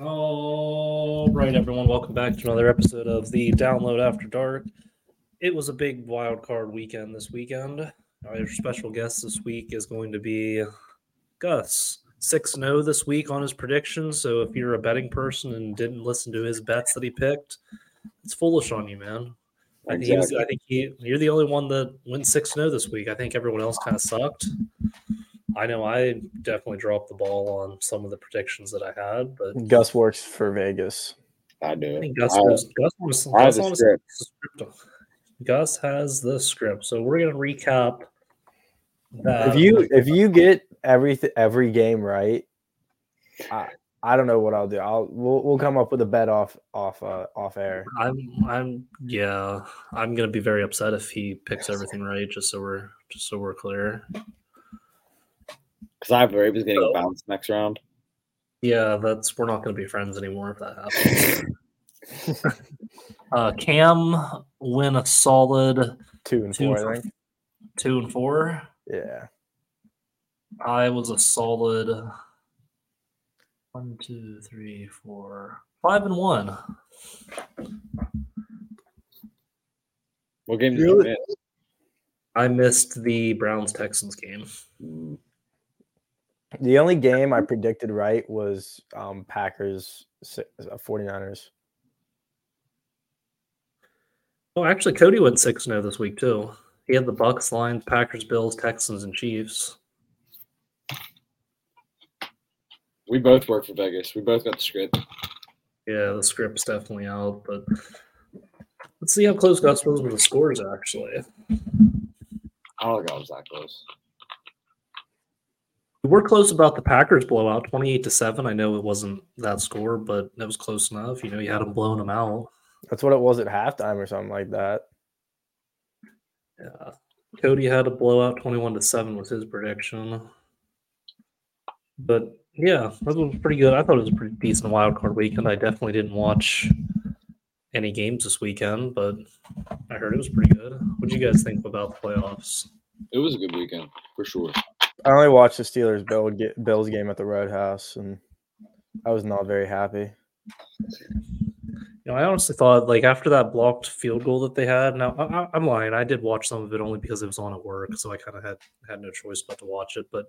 All right, everyone, welcome back to another episode of the Download After Dark. It was a big wild card weekend this weekend. Our special guest this week is going to be Gus. 6 0 this week on his predictions. So if you're a betting person and didn't listen to his bets that he picked, it's foolish on you, man. I think, he was, I think he, you're the only one that went 6 0 this week. I think everyone else kind of sucked. I know I definitely dropped the ball on some of the predictions that I had, but Gus works for Vegas. I I do. think Gus I- goes, Gus, was, I have Gus, the honestly script. has the script. Gus has the script. So we're going to recap. that. If you if you get every every game right, I I don't know what I'll do. I'll we'll, we'll come up with a bet off off uh, off air. I'm, I'm, yeah, I'm going to be very upset if he picks everything right. Just so we're, just so we're clear. Because I have the Ravens getting a bounce next round. Yeah, that's we're not going to be friends anymore if that happens. uh, Cam win a solid Two and Two four, for- I think. two and four. Yeah. I was a solid one, two, three, four, five and one. What game did Really? you I missed the Browns Texans game. miss? The only game I predicted right was um, Packers si- uh, 49ers. Oh, actually, Cody went six now this week too. He had the Bucks, Lions, Packers, Bills, Texans, and Chiefs. We both work for Vegas. We both got the script. Yeah, the script's definitely out, but let's see how close Gus was with the scores. Actually, I don't think I was that close. we were close about the Packers blowout, twenty-eight to seven. I know it wasn't that score, but that was close enough. You know, you had them blowing them out. That's what it was at halftime or something like that. Yeah. Cody had a blowout 21 to 7 was his prediction. But yeah, that was pretty good. I thought it was a pretty decent wild card weekend. I definitely didn't watch any games this weekend, but I heard it was pretty good. What do you guys think about the playoffs? It was a good weekend for sure. I only watched the Steelers Bill get, Bills game at the Roadhouse, and I was not very happy. You know, I honestly thought like after that blocked field goal that they had. Now I, I, I'm lying. I did watch some of it only because it was on at work, so I kind of had had no choice but to watch it. But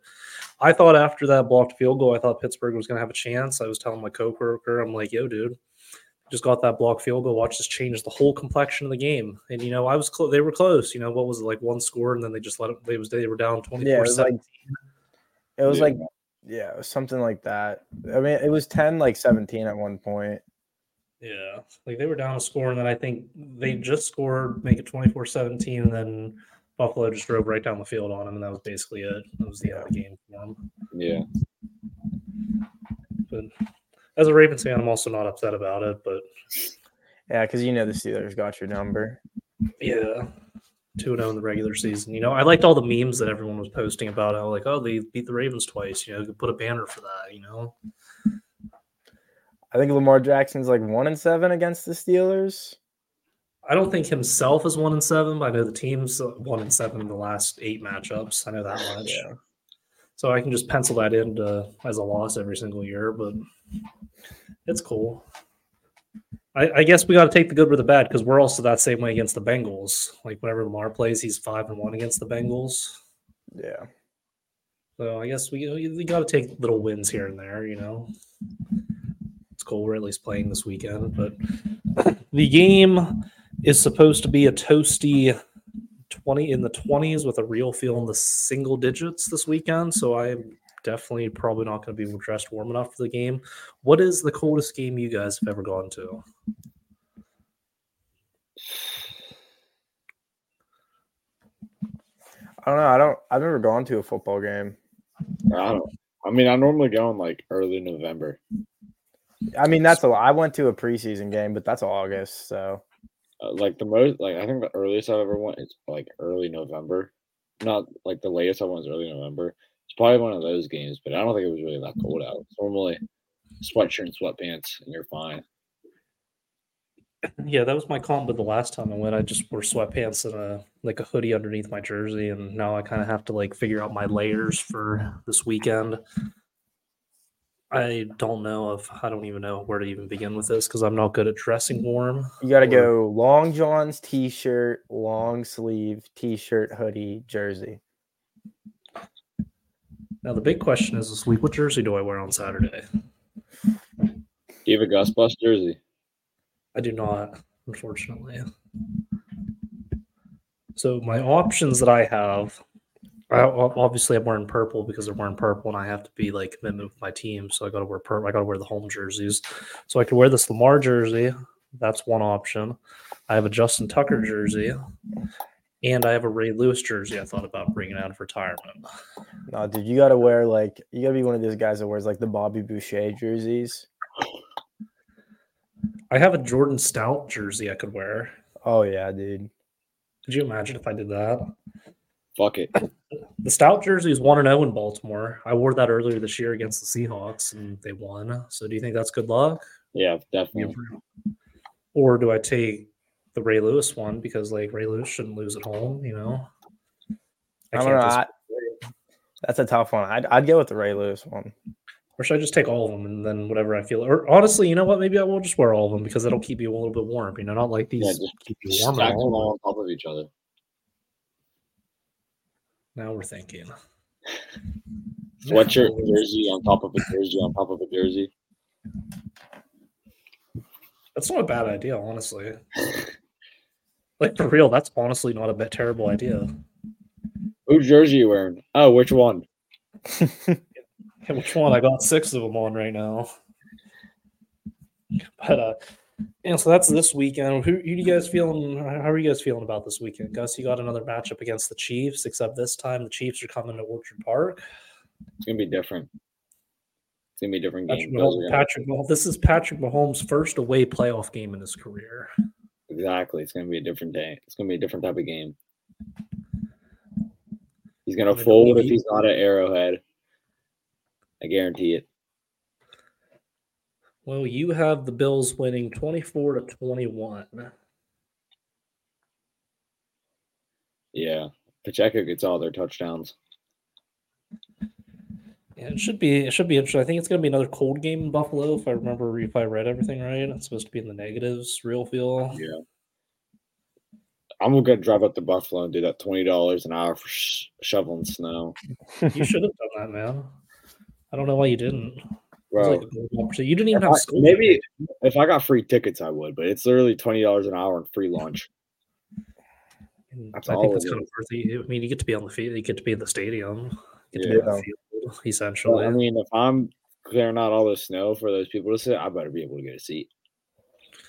I thought after that blocked field goal, I thought Pittsburgh was going to have a chance. I was telling my coworker, I'm like, "Yo, dude, just got that blocked field goal. Watch this change the whole complexion of the game." And you know, I was close. They were close. You know, what was it like one score, and then they just let it. They was they were down 24 Yeah, it was like it was Yeah. like yeah, it was something like that. I mean, it was 10 like 17 at one point. Yeah. Like they were down a score, and then I think they just scored, make it 24 17, and then Buffalo just drove right down the field on them, and that was basically it. That was the end of the game for them. Yeah. But as a Ravens fan, I'm also not upset about it, but Yeah, because you know the Steelers got your number. yeah. 2 0 in the regular season. You know, I liked all the memes that everyone was posting about how, like, oh, they beat the Ravens twice. You know, you could put a banner for that, you know? I think Lamar Jackson's like one and seven against the Steelers. I don't think himself is one and seven, but I know the team's uh, one and seven in the last eight matchups. I know that much. Yeah. So I can just pencil that in to, as a loss every single year, but it's cool. I, I guess we got to take the good with the bad because we're also that same way against the Bengals. Like whenever Lamar plays, he's five and one against the Bengals. Yeah. So I guess we we got to take little wins here and there. You know, it's cool. We're at least playing this weekend, but the game is supposed to be a toasty twenty in the twenties with a real feel in the single digits this weekend. So I'm definitely probably not going to be dressed warm enough for the game. What is the coldest game you guys have ever gone to? I don't know. I don't I've never gone to a football game. I don't. I mean, I normally go in like early November. I mean, that's a I went to a preseason game, but that's August, so Uh, like the most, like I think the earliest I've ever went is like early November. Not like the latest I went was early November. It's probably one of those games, but I don't think it was really that cold out. It's normally sweatshirt and sweatpants, and you're fine. Yeah, that was my comp. But the last time I went, I just wore sweatpants and a like a hoodie underneath my jersey, and now I kind of have to like figure out my layers for this weekend. I don't know if I don't even know where to even begin with this because I'm not good at dressing warm. You got to go long johns t-shirt, long sleeve t-shirt, hoodie, jersey. Now the big question is this week: What jersey do I wear on Saturday? Do you have a Gus Bus eh, jersey? I do not, unfortunately. So my options that I have, I, ob- obviously I'm wearing purple because I'm wearing purple, and I have to be like commitment with my team. So I got to wear purple. I got to wear the home jerseys. So I could wear this Lamar jersey. That's one option. I have a Justin Tucker jersey, and I have a Ray Lewis jersey. I thought about bringing out of retirement. No, dude, you got to wear like you got to be one of those guys that wears like the Bobby Boucher jerseys. I have a Jordan Stout jersey I could wear. Oh yeah, dude. Could you imagine if I did that? Fuck it. The stout jersey is 1 0 in Baltimore. I wore that earlier this year against the Seahawks and they won. So do you think that's good luck? Yeah, definitely. Or do I take the Ray Lewis one because like Ray Lewis shouldn't lose at home, you know? I I can't don't know. just, I, that's a tough one. I'd, I'd go with the Ray Lewis one. or should I just take all of them and then whatever I feel? Or honestly, you know what? Maybe I will just wear all of them because that'll keep you a little bit warm. You know, not like these Yeah, just keep you Stack warm them at all. all on top of each other. Now we're thinking. What's your jersey on top of a jersey on top of a jersey? That's not a bad idea, honestly. like for real, that's honestly not a bad, terrible idea. Whose jersey you wearing? Oh, which one? Hey, which one? I got six of them on right now. But uh, and so that's this weekend. Who, who you guys feeling? How are you guys feeling about this weekend, Gus? You got another matchup against the Chiefs, except this time the Chiefs are coming to Orchard Park. It's gonna be different. It's gonna be a different Patrick, game. Bills are Mahomes, gonna- Patrick Mahomes- This is Patrick Mahomes' first away playoff game in his career. Exactly. It's gonna be a different day. It's gonna be a different type of game. He's gonna Gonna fold if be- he's not at Arrowhead. I guarantee it. Well, you have the Bills winning twenty-four to twenty-one. Yeah. Pacheco gets all their touchdowns. Yeah, it should be it should be interesting. I think it's going to be another cold game in Buffalo if I remember if I read everything right. It's supposed to be in the negatives, real feel. Yeah. I'm gonna drive up to Buffalo and do that twenty dollars an hour for sh- shoveling snow, You should have done that, man. I don't know why you didn't. It was bro. like a golden opportunity. you didn't even If have I- school. maybe if I got free tickets, I would, but it's literally twenty dollars an hour and free lunch. And that's I all think that's it kind of worth it. I mean, you get to be on the field, you get to be in the stadium, you get to be Yeah. on the field, But, essentially. I mean, if I'm clearing out all the snow for those people to sit, I better be able to get a seat.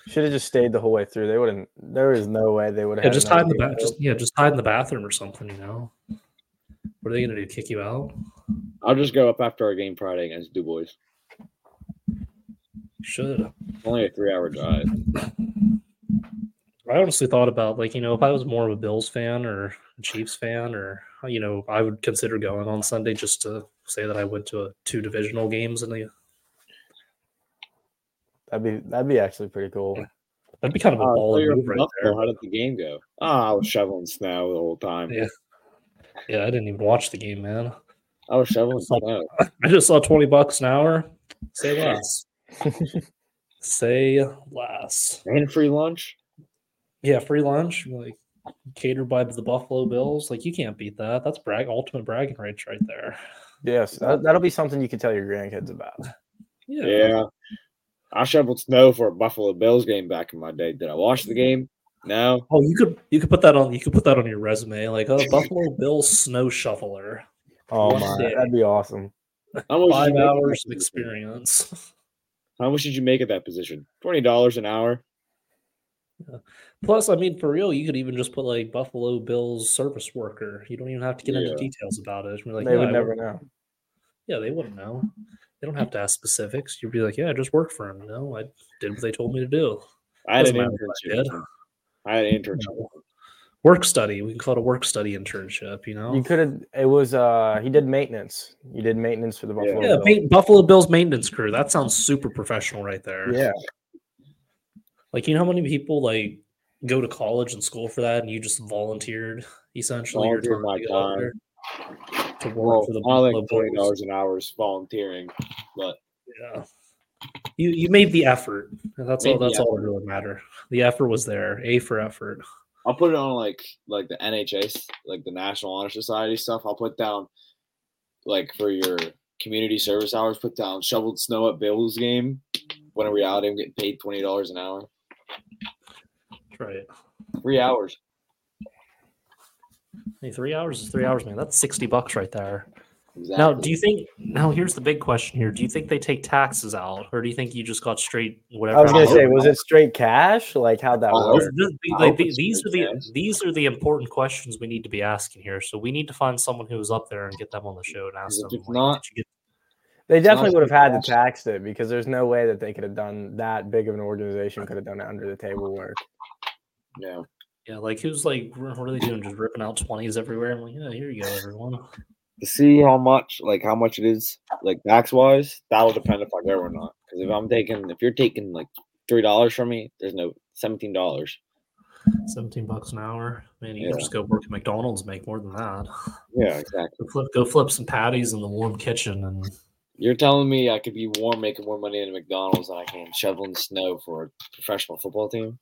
Should have just stayed the whole way through. They wouldn't. There is no way they would have. yeah, just hide in the bath. Just yeah, just hide in the bathroom or something. You know, what are they going to do? Kick you out? I'll just go up after our game Friday against Du Bois. Should Only a three-hour drive. I honestly thought about like you know if I was more of a Bills fan or a Chiefs fan or you know I would consider going on Sunday just to say that I went to a, two divisional games and that'd That'd be that'd be actually pretty cool. be kind of a Uh, so ball you're move from right there. Buffalo, How did the game go? Oh, I was shoveling snow the whole time. Yeah. Yeah, I didn't even watch the game, man. I was shoveling It's like- snow. I just saw twenty bucks an hour. Say less. Say less. And free lunch? Yeah, free lunch like catered by the Buffalo Bills. Like you can't beat that. That's brag ultimate bragging rights right there. Yes, that, that'll be something you can tell your grandkids about. Yeah. Yeah. I shoveled snow for a Buffalo Bills game back in my day. Did I watch the game? No. Oh, you could you could put that on you could put that on your resume, like oh, Buffalo Bills snow shoveler, Oh One my, day. that'd be awesome. How much did five you make at hours that of position? experience. How much did you make at that position? Twenty dollars an hour. Plus, I mean, for real, you could even just put like Buffalo Bills service worker. You don't even have to get into Yeah. details about it. You're like, they yeah, would I never work- know. yeah, they wouldn't know. They don't have to ask specifics. You'd be like, yeah, I just worked for them. No, I did what they told me to do. I had Doesn't an matter what I internship. did. I had an internship. Work study. We can call it a work study internship. You know, You could have. It was. uh He did maintenance. You did maintenance for the Yeah. Buffalo. yeah, Bills. ma- Buffalo Bills maintenance crew. That sounds super professional right there. yeah. Like, you know how many people like go to college and school for that, and you just volunteered essentially your Volunteered time my to, go out time. there to work Well, for the I Buffalo like twenty Bills. dollars an hour is volunteering, but Yeah. You you made the effort. That's all Made the that's all that really matter. The effort was there. A for effort. I'll put it on like like the NHS, like the National Honor Society stuff. I'll put down like for your community service hours. Put down shoveled snow at Bills game. When in reality, I'm getting paid twenty dollars an hour, That's right. three hours. Hey, three hours is three hours, man. That's sixty bucks right there. Exactly. Now, do you think? Now, here's the big question. Here, do you think they take taxes out, or do you think you just got straight whatever? I was gonna amount? say, was it straight cash? Like how'd that Oh, Those- work? those- I like, hope it's these are straight the cash. these are the important questions we need to be asking here. So we need to find someone who is up there and get them on the show and ask Because them. if it's like, not- did you get- They It's not definitely would have straight had to cash. tax it because there's no way that they could have done that big of an organization could have done it under the table work. Yeah. yeah, like who's like what are they doing? Just ripping out twenties everywhere? I'm like, yeah, here you go, everyone. To see how much, like how much it is, like tax wise, that'll depend if I go or not. Because if I'm taking, if you're taking like three dollars from me, there's no seventeen dollars. Seventeen bucks an hour. Man, you Yeah. can just go work at McDonald's, and make more than that. Yeah, exactly. Go flip, go flip some patties in the warm kitchen, and You're telling me I could be warm, making more money in a McDonald's than I can shoveling snow for a professional football team?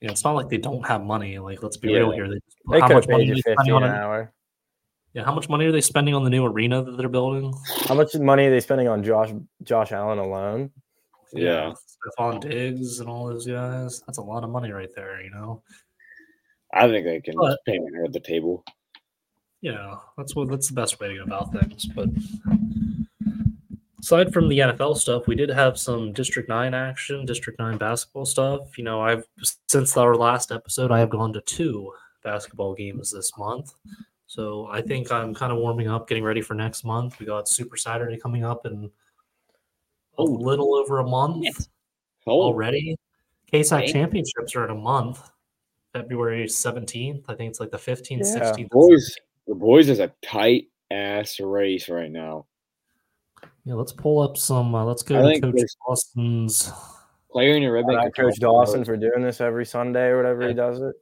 you know, it's not like they don't have money. Like, let's be Yeah. real here. They, They how could have much money paid are you they fifty spending an on? a- hour. Yeah, how much money are they spending on the new arena that they're building? How much money are they spending on Josh Josh Allen alone? Yeah. Stephon Diggs and all those guys. That's a lot of money right there, you know? I think they can But- pay me at the table. Yeah, that's what that's the best way to go about things. But aside from the NFL stuff, we did have some District Nine action, District Nine basketball stuff. You know, I've since our last episode, I have gone to two basketball games this month. So I think I'm kind of warming up, getting ready for next month. We got Super Saturday coming up in a little over a month. Oh, already. KSAC Dang. championships are in a month, February 17th. I think it's like the 15th, Yeah. 16th. and boys, 17th. the boys is a tight ass race right now. Yeah, let's pull up some. Uh, let's go I to think Coach there's- Dawson's. Clarion and Red Shout Bank out are Coach coming up. Dawson for doing this every Sunday or whatever he does it.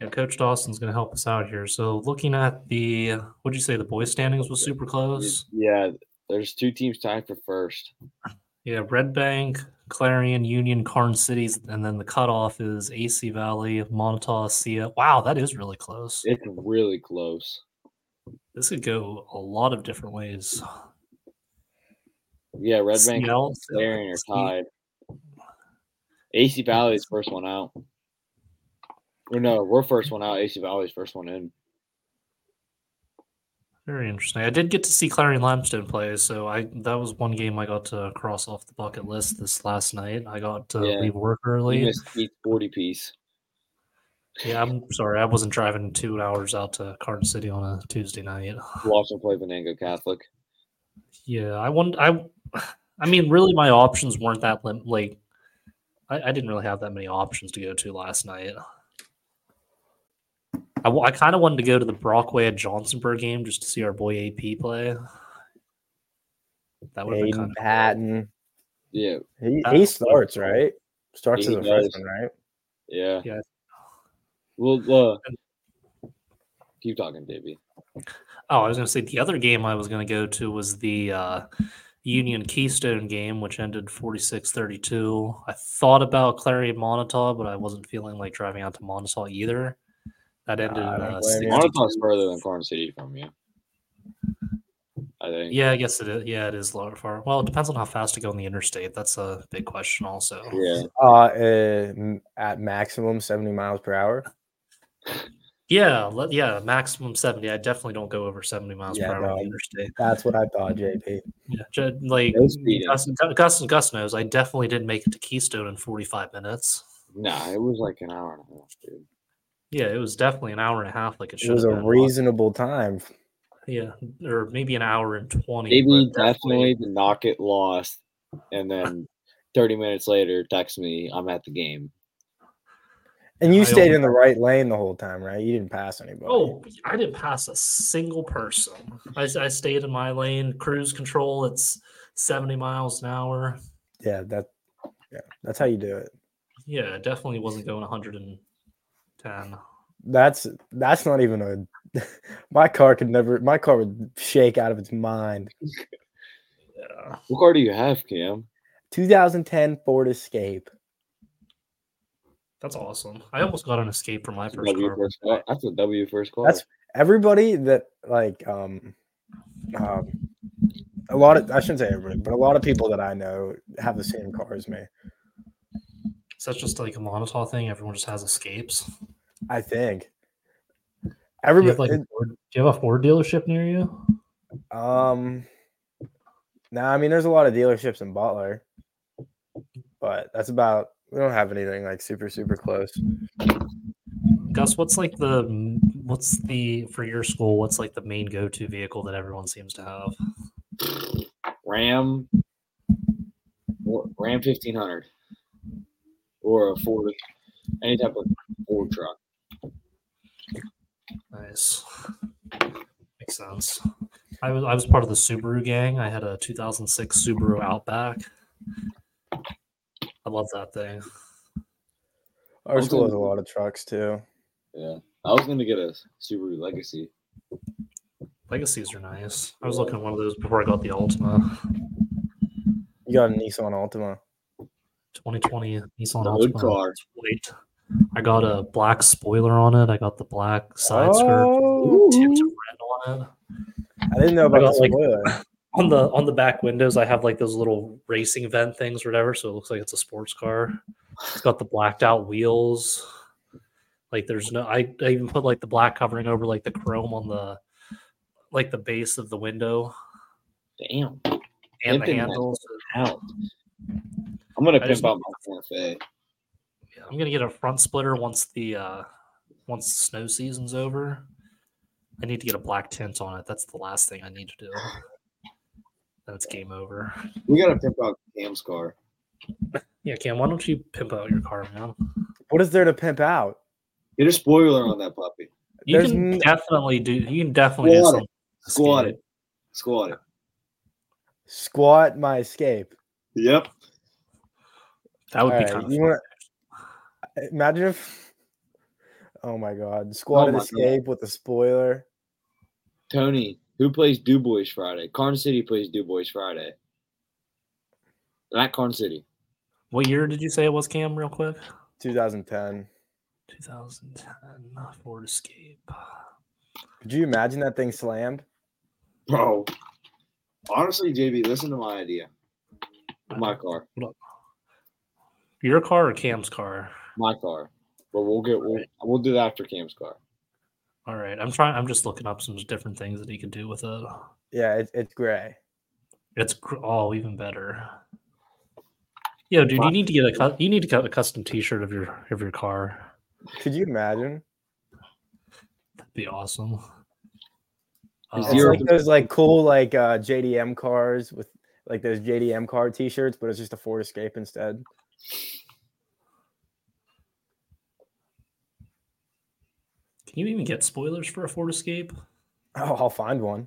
Yeah, Coach Dawson's going to help us out here. So, looking at the, what'd you say, the boys' standings was super close? Yeah, there's two teams tied for first. Yeah, Red Bank, Clarion, Union, Carn Cities, and then the cutoff is AC Valley, Montauk, Sia. Wow, that is really close. It's really close. This could go a lot of different ways. Yeah, Red Bank and CL, Clarion are E C- tied. AC Valley's first one out. Or no, we're first one out. AC Valley's first one in. Very interesting. I did get to see Clarion Limestone play, so I that was one game I got to cross off the bucket list this last night. I got to Yeah. leave work You early. missed each 40 piece. Yeah, I'm sorry, I wasn't driving two hours out to Carton City on a Tuesday night. Watch them play Venango Catholic. Yeah, I won. I, I mean, really, my options weren't that lim- like. I, I didn't really have that many options to go to last night. I, wa- I kind of wanted to go to the Brockway at Johnsonburg game just to see our boy AP play. That would have been kind Aiden of Patton. Yeah, He, Uh, he starts, right? Starts He as a does. freshman, right? yeah. Yeah. Well, uh, keep talking, Davey. Oh, I was going to say the other game I was going to go to was the uh, Union Keystone game, which ended 46 32. I thought about Clary and Montauk, but I wasn't feeling like driving out to Montauk either. That ended I in don't uh, blame you. 60 Montauk's further than Corn City from you. I think. Yeah, I guess it is. Yeah, it is lower far. Well, it depends on how fast you go on the interstate. That's a big question, also. Yeah. Uh, uh, m- at maximum seventy miles per hour. Yeah, let, yeah, maximum 70. I definitely don't go over 70 miles Yeah, per hour on no. the interstate. That's what I thought, JP. Yeah, ju- like No speeding. Gus, Gus, Gus knows, I definitely didn't make it to Keystone in 45 minutes. Nah, it was like an hour and a half, dude. Yeah, it was definitely an hour and a half. Like it should It was have a been. reasonable time. Yeah, or maybe an hour and twenty. Davey but definitely did not get lost. And then 30 minutes later, text me, I'm at the game. And you I stayed don't- in the right lane the whole time, right? You didn't pass anybody. Oh, I didn't pass a single person. I, s- I stayed in my lane. Cruise control. It's seventy miles an hour. yeah, that. Yeah, that's how you do it. Yeah, it definitely wasn't going one hundred and ten. That's that's not even a. my car could never. My car would shake out of its mind. Yeah. What car do you have, Cam? 2010 Ford Escape. That's awesome. I almost got an escape from my That's a first W car. first car. That's a W first car. That's everybody that like um, um a lot of I shouldn't say everybody, but a lot of people that I know have the same car as me. So that's just like a Monotol thing. Everyone just has escapes. I think. Do you, have like Everybody a Ford, do you have a Ford dealership near you? um now I mean there's a lot of dealerships in Butler. But that's about we don't have anything like super super close. Gus, what's like the what's the for your school? What's like the main go-to vehicle that everyone seems to have? Ram, or- Ram fifteen hundred, or a Ford, any type of Ford truck. Nice, makes sense. I was I was part of the Subaru gang. I had a 2006 Subaru Outback. I love that thing. Our Okay. school has a lot of trucks too. Yeah, I was gonna get a Subaru Legacy. Legacies are nice. I was looking at one of those before I got the Altima. You got a Nissan Altima. 2020 Nissan The hood Altima. car. It's white. I got a black spoiler on it. I got the black side Oh. skirt tipped red on it. I didn't know I about the got, like- spoiler. on Oh. the on the back windows i have like those little racing vent things or whatever so it looks like it's a sports car it's got the blacked out wheels like there's no i, I even put like the black covering over like the chrome on the like the base of the window Damn, and the Pimping that. handles out. I'm gonna I just- pimp out my Santa Fe. Yeah, i'm gonna get a front splitter once the uh once the snow season's over i need to get a black tint on it that's the last thing i need to do then it's game over We gotta pimp out Cam's car. yeah cam why don't you pimp out your car man What is there to pimp out? Get a spoiler on that puppy. You There's can n- definitely do. You can definitely do Squat something. Squat Steve. it. Squat it. Squat my escape. Yep. That would be Alright, kind of. you fun. wanna- Imagine if. Oh my God! Squatted Oh my God. escape with a spoiler. Tony, who plays Du Bois Friday? Carn City plays Du Bois Friday. Not Carn City. What year did you say it was, Cam? Real quick. 2010. 2010 Ford Escape. Could you imagine that thing slammed? Bro. Honestly, JB, listen to my idea. My car. Your car or Cam's car? My car. But we'll get we'll, we'll do that after Cam's car. All right, I'm trying. I'm just looking up some different things that he could do with it. Yeah, it, it's gray. It's gr- oh, even better. Yo, dude, you need to get a cu- you need to get a custom T-shirt of your of your car. Could you imagine? That'd be awesome. Uh, Is It's Zero. like those like cool like uh, JDM cars with like those JDM car T-shirts, but it's just a Ford Escape instead. can you even get spoilers for a Ford Escape? Oh, I'll find one.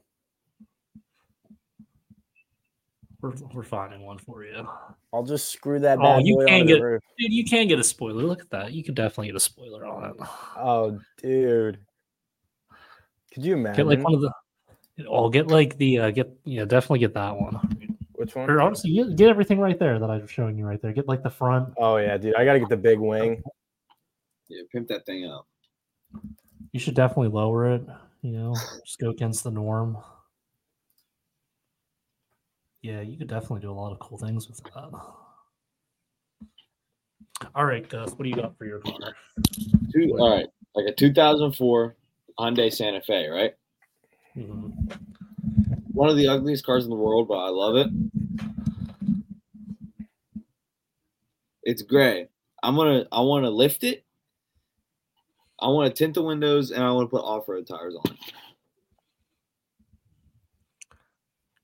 We're, we're finding one for you. I'll just screw that Oh, bad you boy can't on get- the roof. Dude, you can get a spoiler. Look at that. You can definitely get a spoiler on it. Oh, dude. Could you imagine? Get like one of the. Oh, get like the uh, get yeah, definitely get that one. Which Or one? honestly, get, get everything right there that I'm showing you right there. Get like the front. Oh yeah, dude. I gotta get the big wing. Yeah, pimp that thing out. You should definitely lower it. You know, just go against the norm. Yeah, you could definitely do a lot of cool things with that. All right, Gus, what do you got for your car? Two, all right. Like a 2004 Hyundai Santa Fe, right? Mhm. One of the ugliest cars in the world, but I love it. It's gray. I'm gonna I wanna lift it. I wanna tint the windows and I wanna put off-road tires on it.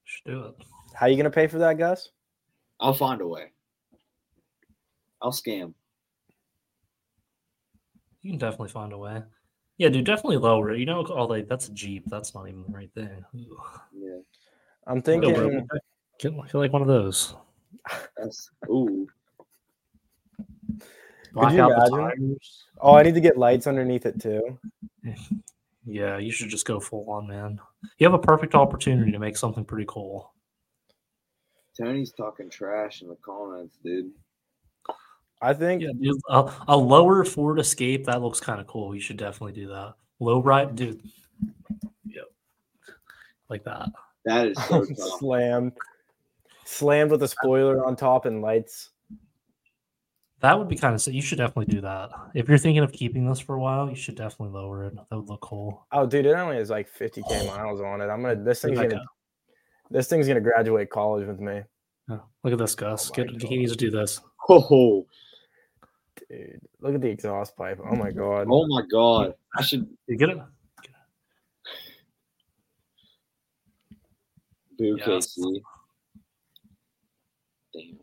Should do it. How you gonna pay for that, Gus? I'll find a way. I'll scam. You can definitely find a way. Yeah, dude, definitely lower it. You know, oh, like that's a Jeep. That's not even the right thing. Ooh. Yeah. I'm Go, thinking. bro. Get, get like one of those. That's ooh. Black you out the imagine? tires. Oh, I need to get lights underneath it too. Yeah, you should just go full on, man. You have a perfect opportunity to make something pretty cool. Tony's talking trash in the comments, dude. I think Yeah, dude, a, a lower Ford Escape that looks kind of cool. You should definitely do that. Low ride, dude. Yep, like that. That is so tough. slammed, slammed with a spoiler on top and lights. That would be kind of sick. You should definitely do that. If you're thinking of keeping this for a while, you should definitely lower it. That would look cool. Oh, dude, it only has like 50k miles on it. I'm gonna this thing's Rebecca. gonna this thing's gonna graduate college with me, Yeah. Look at this, Gus. Oh my Get, he needs to do this. Oh, dude. Look at the exhaust pipe. Oh my god. oh my god! I should You get it? boo Yeah. KC. Damn.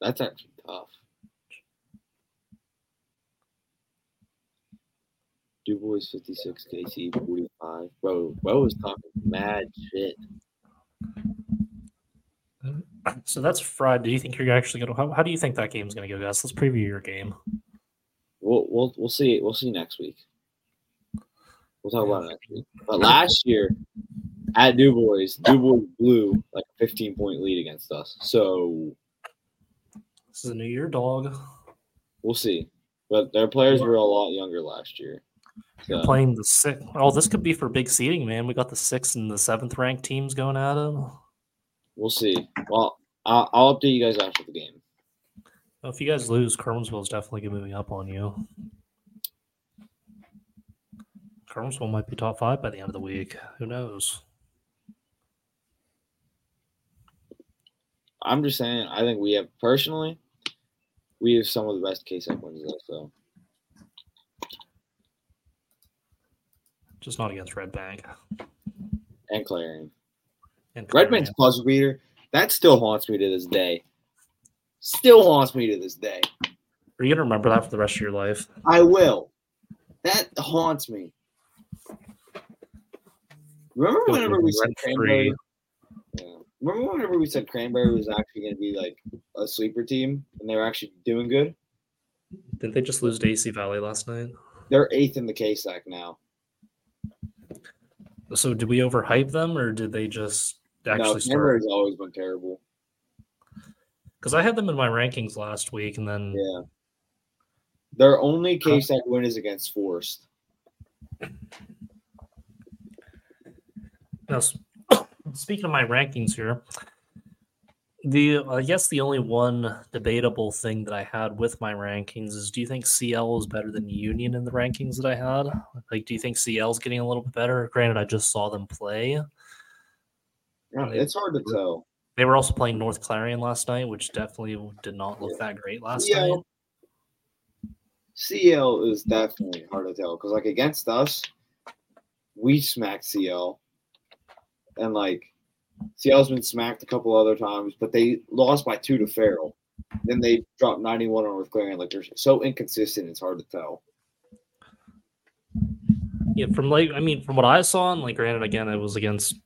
That's actually tough. Du Bois 56, KC 45. Bro, bro was talking mad shit. So that's fried. Do you think you're actually gonna? How, how do you think that game's gonna go, Gus? Let's preview your game. We'll we'll we'll see we'll see next week. We'll talk about it next week. But last year at Du Bois, Du Bois blew like a 15 point lead against us. So This is a new year, dog. we'll see. But their players were a lot younger last year. So, Playing the six. Oh, this could be for big seating, man. We got the sixth and the seventh ranked teams going at him. we'll see. Well, I'll, I'll update you guys after the game. If you guys lose, Kermsville's definitely moving up on you. Kermsville might be top five by the end of the week. Who knows? I'm just saying. I think we have personally, we have some of the best case wins though. So Just not against Red Bank and Clarion. and Redman's puzzle beater. That still haunts me to this day. Still haunts me to this day. Are you gonna remember that for the rest of your life? I will. That haunts me. Remember Don't whenever be we said rent-free. cranberry? Yeah. Remember whenever we said cranberry was actually going to be like a sleeper team, and they were actually doing good. Didn't they just lose to AC Valley last night? They're eighth in the KSAC now. So did we overhype them, or did they just no, actually start? cranberry's always been terrible. Because I had them in my rankings last week, and then Yeah. Their only KSAC win is against Forest. Now, s- speaking of my rankings here, the I guess the only one debatable thing that I had with my rankings is: Do you think CL is better than Union in the rankings that I had? Like, do you think CL is getting a little bit better? Granted, I just saw them play. Yeah, It's hard to tell. They were also playing North Clarion last night, which definitely did not look that great last Yeah. night. CL is definitely hard to tell because, like, against us, we smacked CL, and like CL's been smacked a couple other times, but they lost by two to Farrell. Then they dropped 91 on North Clarion. Like, they're so inconsistent, it's hard to tell. Yeah, from like I mean, from what I saw, and like granted, again, it was against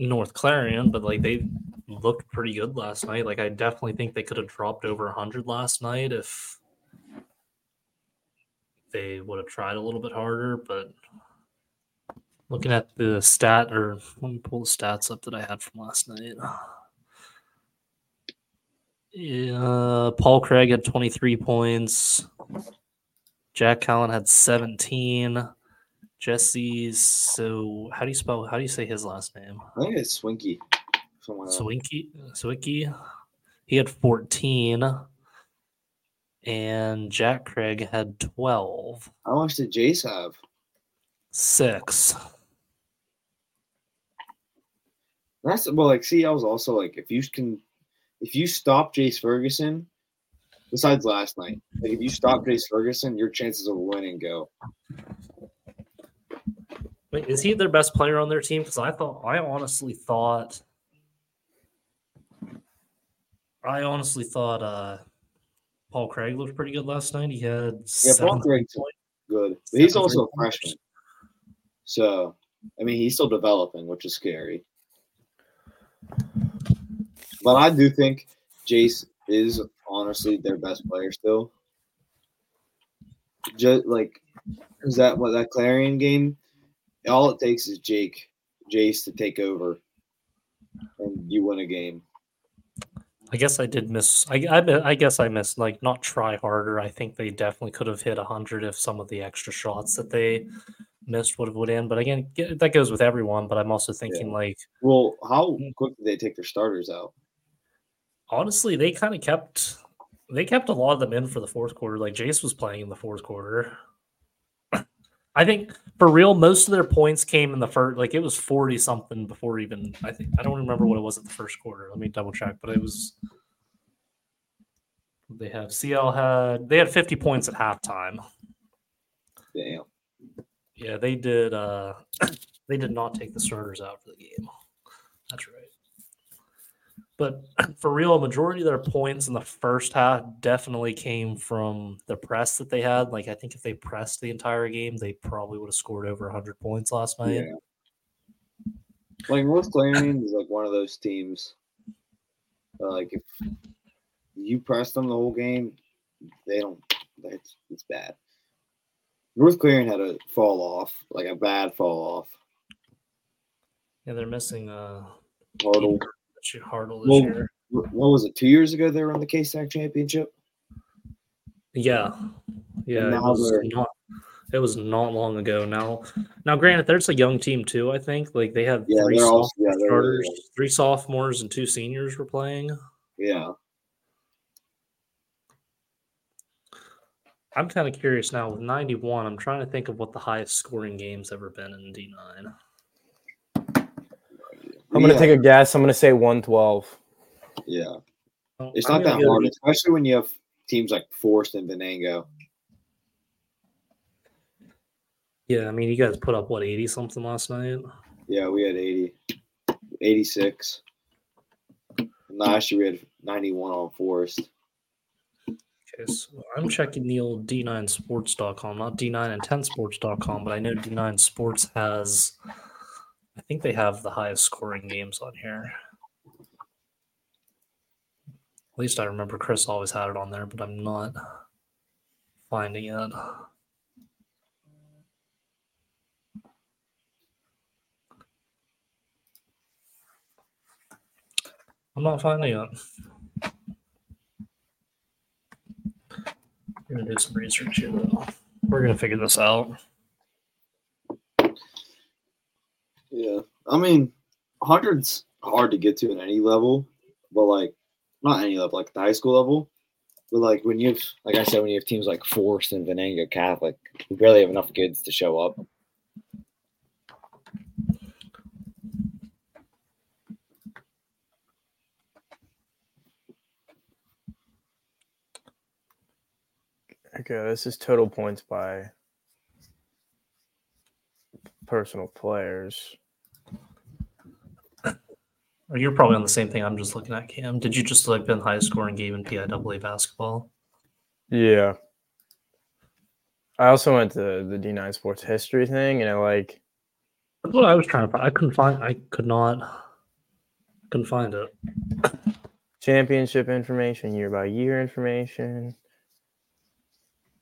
North Clarion, but like they looked pretty good last night. Like I definitely think they could have dropped over hundred last night if they would have tried a little bit harder. But looking at the stat, or let me pull the stats up that I had from last night. Yeah, Paul Craig had twenty three points. Jack Collin had 17. Jesse's so how do you spell how do you say his last name? I think it's Swinky. Somewhere else. Swinky Swinky. He had 14. And Jack Craig had 12. How much did Jace have? Six. That's well, like CL's also like if you can, if you stop Jace Ferguson, besides last night, like if you stop Jace Ferguson, your chances of winning go. Wait, is he their best player on their team? Because I thought I honestly thought I honestly thought uh Paul Craig looked pretty good last night. He had Yeah, Paul seven Craig's points. good, but he's Seven also a three pointers. freshman, so I mean he's still developing, which is scary. But I do think Jace is honestly their best player still. Just like is that what that Clarion game? All it takes is Jake, Jace to take over, and you win a game. I guess I did miss. I, I, I guess I missed like not try harder. I think they definitely could have hit hundred if some of the extra shots that they missed would have went in. But again, g- that goes with everyone. But I'm also thinking like Well, how Hmm. quick did they take their starters out? honestly, they kind of kept they kept a lot of them in for the fourth quarter. Like Jace was playing in the fourth quarter. I think for real, most of their points came in the first. Like it was forty something before even. I think I don't remember what it was at the first quarter. Let me double check, but it was. They have CL had they had fifty points at halftime. Damn. Yeah, they did. uh They did not take the starters out for the game. That's right. But for real, a majority of their points in the first half definitely came from the press that they had. Like I think if they pressed the entire game, they probably would have scored over 100 points last night. Yeah. Like North Clarion is like one of those teams. uh, Like if you press them the whole game, they don't. It's, it's bad. North Clarion had a fall off, like a bad fall off. Yeah, they're missing uh Hartle, Hardle, Hardle this Well- year. what was it? Two years ago, they were in the K Stack Championship. Yeah. Yeah. It now was, they're- not, it was not long ago. Now now granted, there's a young team too, I think. Like they had Yeah, three they're all- sophomores, yeah, they're really starters, three sophomores and two seniors were playing. Yeah, I'm kind of curious now with 91. I'm trying to think of what the highest scoring game's ever been in D9. I'm gonna yeah, take a guess. I'm gonna say 112. yeah. Well, It's I'm not gonna that go- hard, especially when you have teams like Forest and Venango. Yeah, I mean, you guys put up what 80 something last night. Yeah, we had 80, 86. And last year we had 91 on Forest. Okay, so I'm checking the old D9Sports.com, not D9and10Sports.com, but I know D9 Sports has. I think they have the highest scoring games on here. At least I remember Chris always had it on there, but I'm not finding it. I'm not finding it. We're gonna do some research here though. We're gonna figure this out. Yeah. I mean, 100's hard to get to at any level, but like, not any level, like the high school level. But like when you have, Like I said, when you have teams like Force and Venanga Catholic, you barely have enough kids to show up. Okay, this is total points by personal players. Or Oh, You're probably on the same thing I'm just looking at, Cam. Did you just like been highest scoring game in PIAA basketball? Yeah. I also went to the D9 sports history thing, and it like That's what I was trying to find. I couldn't find I could not couldn't find it. championship information, year by year information.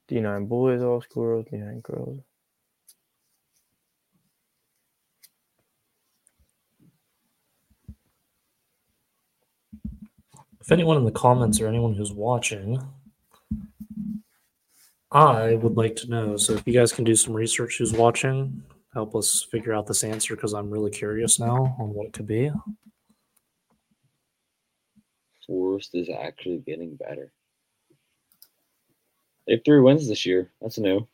D9 boys, all schools, D9 girls. If anyone in the comments or anyone who's watching, I would like to know. So if you guys can do some research who's watching, help us figure out this answer because I'm really curious now on what it could be. Forest is actually getting better. They have three wins this year. That's new.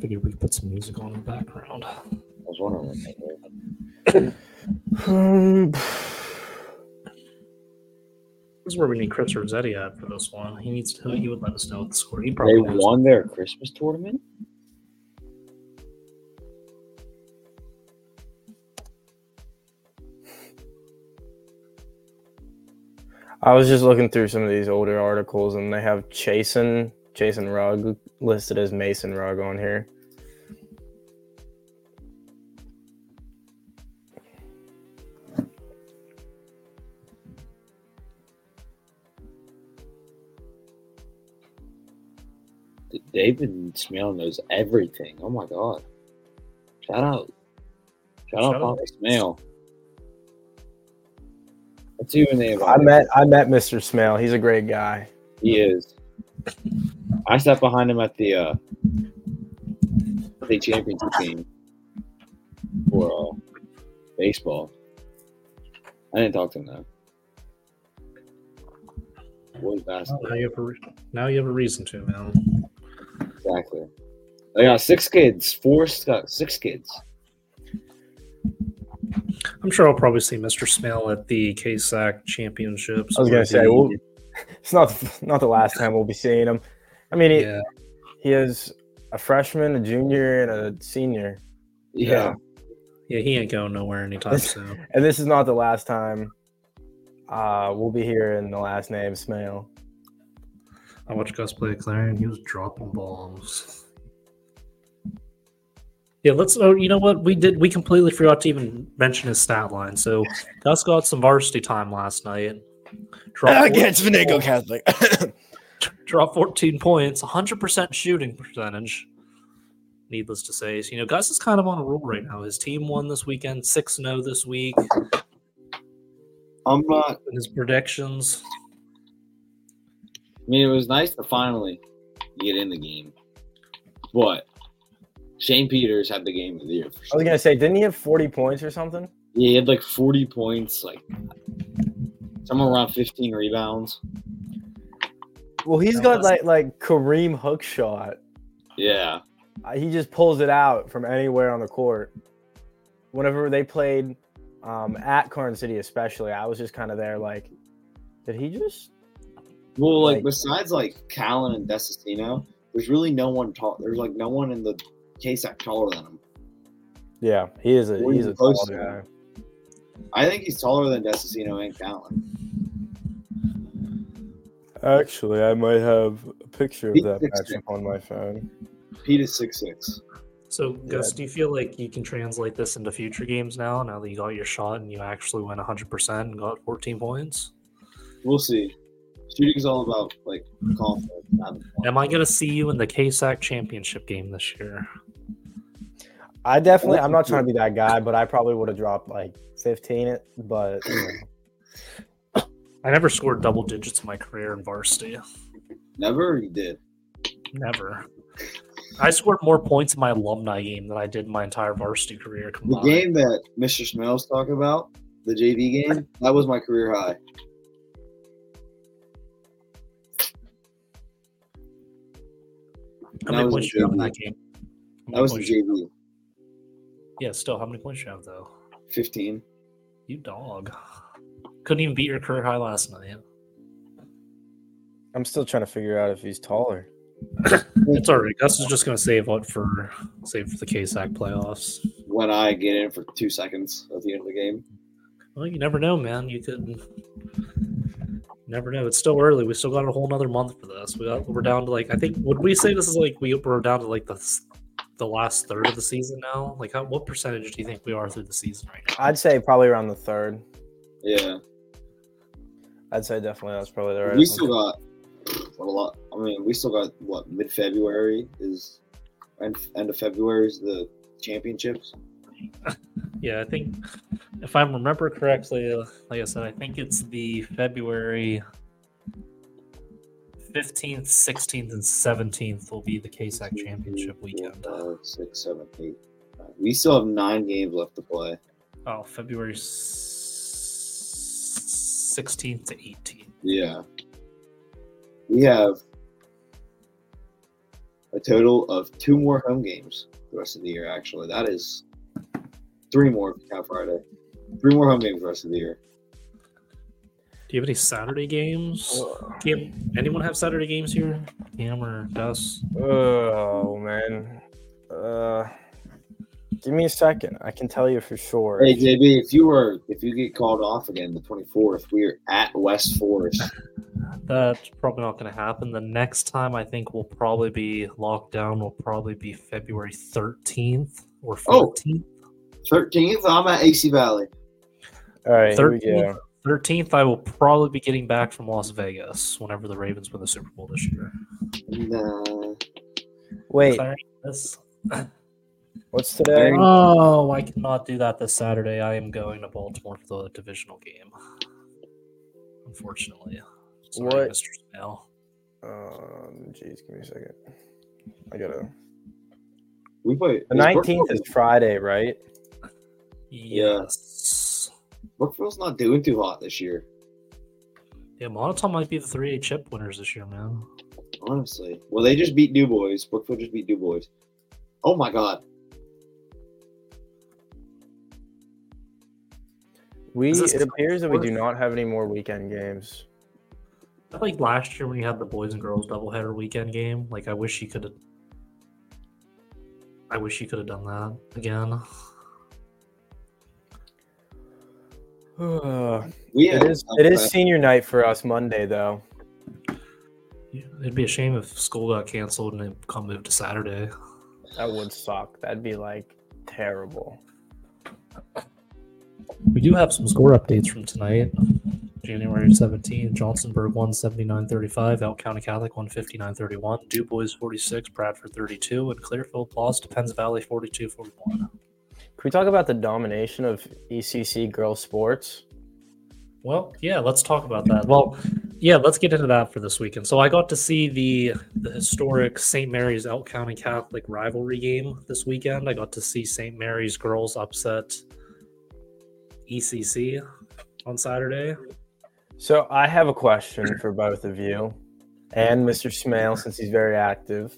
Figured we could put some music on in the background. I was wondering what they were. Um, This is where we need Chris Rossetti at for this one. He needs to. He would let us know what the score. He They probably knows. won their Christmas tournament? I was just looking through some of these older articles, and they have Chasen Chasen Rugg listed as Mason Rugg on here. They've been smelling those everything. Oh my god! Shout out, shout, Shout out, out. Papa Smell. Let's see when they have. I met I met Mr. Smell. He's a great guy. He is. I sat behind him at the uh, the championship game for uh, baseball. I didn't talk to him though. Was basketball Now you have a re- now you have a reason to, man. exactly? I got six kids. Four got six kids. I'm sure I'll probably see Mr. Smell at the KSAC Championships. I was or gonna say the- well, it's not not the last time we'll be seeing him. I mean, he, yeah, he is a freshman, a junior, and a senior, Yeah, yeah, he ain't going nowhere anytime soon. and this is not the last time uh, we'll be hearing the last name Smell. I watched Gus play at Clarion. He was dropping bombs. Yeah, let's. Oh, you know what? We did. We completely forgot to even mention his stat line. So Gus got some varsity time last night. Dropped four- Venango Catholic. drop 14 points, 100% shooting percentage. Needless to say, you know, Gus is kind of on a roll right now. His team won this weekend, 6 0 this week. I'm not. His predictions. I mean, it was nice to finally get in the game, but Shane Peters had the game of the year. For I was gonna say, didn't he have forty points or something? Yeah, he had like 40 points, like somewhere around 15 rebounds. Well, he's No, got that's- like like Kareem hook shot. Yeah, Uh, He just pulls it out from anywhere on the court. Whenever they played um, at Carn City, especially, I was just kind of there, like, did he just? Well, like, Like- besides like Callan and Desistino, there's really no one tall. There's like no one in the KSAC taller than him. Yeah, he is a Well, he's he's a tall close to guy. I think he's taller than Desistino and Callan. Actually, I might have a picture He's that six matchup on my phone. Pete is six six. So, Gus, do you feel like you can translate this into future games now, now that you got your shot and you actually went 100% and got 14 points? We'll see. Shooting's all about like confidence. having fun. Am I going to see you in the KSAC championship game this year? I definitely, I'm not trying to be that guy, but I probably would have dropped like 15. It, but you know. I never scored double digits in my career in varsity. Never he did. Never. I scored more points in my alumni game than I did in my entire varsity career The combined. game that Mr. Smell's talking about, the JV game, that was my career high. How That many was points the you have in JV. that game? How That many was the points JV. you- Yeah, still, how many points you have though? 15. You dog. Couldn't even beat your career high last night. I'm still trying to figure out if he's taller. It's all right. Gus is just going to save up for save for the KSAC playoffs. When I get in for two seconds at the end of the game. Well, you never know, man. You could never know. It's still early. We still got a whole nother month for this. We got, we're down to like I think would we say this is like we we're down to like the s- the last third of the season now? Like how, what percentage do you think we are through the season right now? I'd say probably around the third. Yeah. I'd say definitely that's probably the right. we still got what a lot. I mean, we still got what mid February is, and end of February is the championships. Yeah, I think if I remember correctly, uh, like I said, I think it's the February 15th, 16th, and 17th will be the KSAC Championship weekend. Four, five, six, seven, eight. nine. We still have nine games left to play. Oh, February s- 16th to 18th. Yeah. We have a total of two more home games the rest of the year, actually. That is three more if you count Friday. Three more home games the rest of the year. Do you have any Saturday games? Cam, anyone have Saturday games here? Cam or Gus? Oh man. Uh, give me a second. I can tell you for sure. Hey JB, if you were if you get called off again the twenty fourth, we're at West Forest. That's probably not going to happen. The next time I think will probably be lockdown will probably be February 13th or Oh. 14th. Thirteenth, I'm at AC Valley. All right, here we 13th. go. 13th, I will probably be getting back from Las Vegas whenever the Ravens win the Super Bowl this year. And, uh, Wait, Claritas. what's today? Oh, I cannot do that this Saturday. I am going to Baltimore for the divisional game. Unfortunately. Sorry, What? Mr. Snell. Um, jeez, give me a second. I gotta. We play The is nineteenth is Brookfield- Friday, right? Yeah. Yes. Brookfield's not doing too hot this year. Yeah, Monotone might be the 3A chip winners this year, man. Honestly, well, they just beat Du Bois. Brookfield just beat Du Bois. Oh my God! We Is this it still appears that we do work? not have any more weekend games. Like last year when you had the boys and girls doubleheader weekend game, like I wish you could have. I wish you could have done that again. We it is it is senior night for us Monday though. It'd be a shame if school got canceled and it got moved to Saturday. That would suck. That'd be like terrible. We do have some score updates from tonight. January 17th, Johnsonburg 179.35, Elk County Catholic 159.31, Du Bois 46, Bradford 32, and Clearfield lost to Penns Valley 42.41. Can we talk about the domination of ECC girls sports? Well, yeah, let's talk about that. Well, yeah, let's get into that for this weekend. So I got to see the the historic St. Mary's Elk County Catholic rivalry game this weekend. I got to see St. Mary's girls upset ECC on Saturday. So I have a question for both of you and Mr. Smale since he's very active.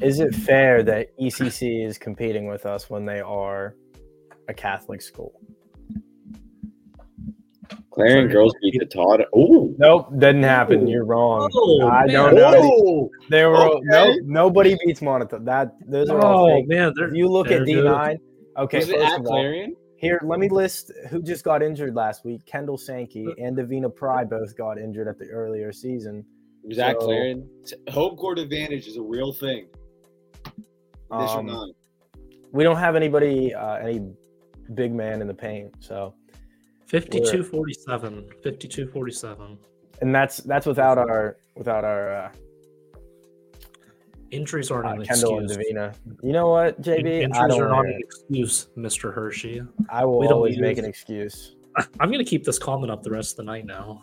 Is it fair that ECC is competing with us when they are a Catholic school? Clarion girls beat the Todd. Oh, Nope, didn't happen. You're wrong. Oh, I don't man. know. They were Okay. no nobody beats Monotone. That those are all Oh fake. man, they're, If you look at they're good. D9, okay, was it first at of all, Clarion? here let me list who just got injured last week. Kendall Sankey and Davina Pry both got injured at the earlier season. It was at So- Clarion. home court advantage is a real thing. This or Um, not. We don't have anybody, uh, any big man in the paint. So, 52-47, 52-47. and that's that's without our without our uh, Injuries aren't uh, an Kendall and excuse. Davina. You know what, In- JB? I Injuries don't. are not want an it. excuse, Mister Hershey. I will we don't always use- make an excuse. I'm gonna keep this comment up the rest of the night now.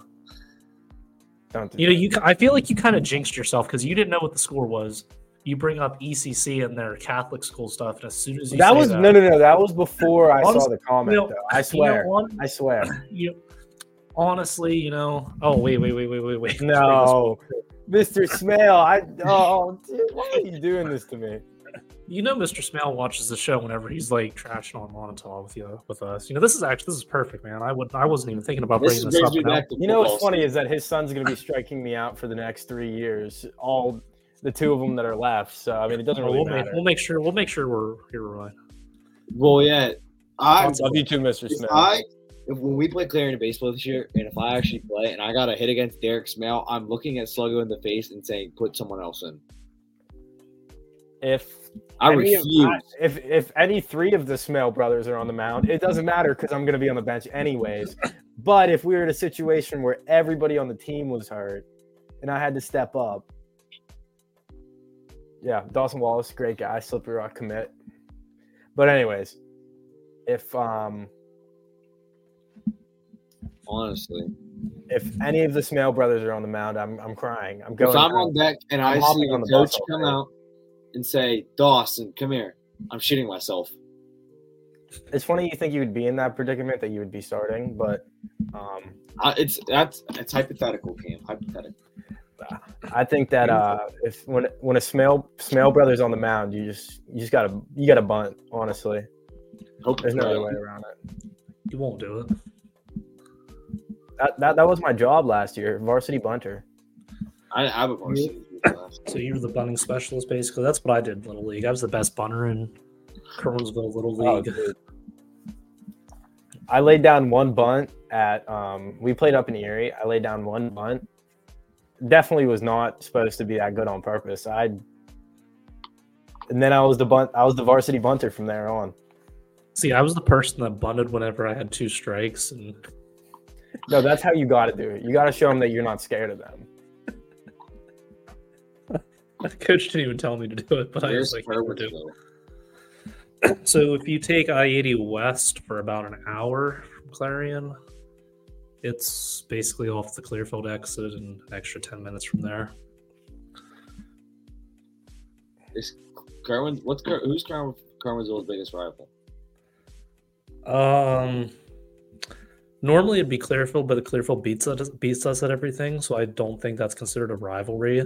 Don't do You know, that. you I feel like you kind of jinxed yourself because you didn't know what the score was. You bring up ECC and their Catholic school stuff, and as soon as you that say was that, no, no, no. That was before I saw Honestly, the comment, you know, though. I you know, swear, hon- I swear. you- honestly, you know. Oh wait, wait, wait, wait, wait, wait. Let's bring this- No, Mr. Smale, I oh, dude, why are you doing this to me? You know, Mr. Smale watches the show whenever he's like trashing on Monotol with you with us. You know, this is actually this is perfect, man. I would I wasn't even thinking about This bringing this brings up. me and out. back to You know what's football funny is that his son's going to be striking me out for the next three years. All the two of them that are left. So I mean, it doesn't We'll, really make, matter. we'll make sure we'll make sure we're here right. season. Well, yeah. I I love you too, Mr. if Smith. I if, when we play Clarion baseball this year, and if I actually play and I got a hit against Derek Smale, I'm looking at Sluggo in the face and saying, "Put someone else in." if I any of- refuse. I- if if any three of the Smale brothers are on the mound, it doesn't matter because I'm going to be on the bench anyways. but if we were in a situation where everybody on the team was hurt and I had to step up, yeah, Dawson Wallace, great guy, slippery rock commit. But anyways, if um honestly, if any of the Smale brothers are on the mound, I'm I'm crying. I'm if going. I'm on home. deck and i I'm see hopping the on the coach bus all come day. out and say, "Dawson, come here," I'm shitting myself. It's funny you think you would be in that predicament that you would be starting, but um, I, it's that's it's hypothetical, Cam. Hypothetical. I think that uh, if when when a Smale Smale brothers on the mound, you just you just gotta you gotta bunt. Honestly, Hope there's no other way around it. You won't do it. That, that that was my job last year, varsity bunter. I, I have a varsity class. So you were the bunting specialist, basically. That's what I did in Little League. I was the best bunter in Kerwinsville Little Oh, League. dude. I laid down one bunt at um, we played up in Erie. I laid down one bunt. Definitely was not supposed to be that good on purpose. I and then I was the bunt. I was the varsity bunter from there on. See, I was the person that bunted whenever I had two strikes, and No, that's how you got to do it. You got to show them that you're not scared of them. Coach didn't even tell me to do it, but I was Where's like, yeah, we'll do it. Kerwinsville? So if you take I 80 west for about an hour from Clarion, it's basically off the Clearfield exit and an extra 10 minutes from there. Is Kerwin, what's Ker, who's Kerwin, Kerwinsville's biggest rival? Um, normally it'd be Clearfield, but Clearfield beats us, beats us at everything, so I don't think that's considered a rivalry.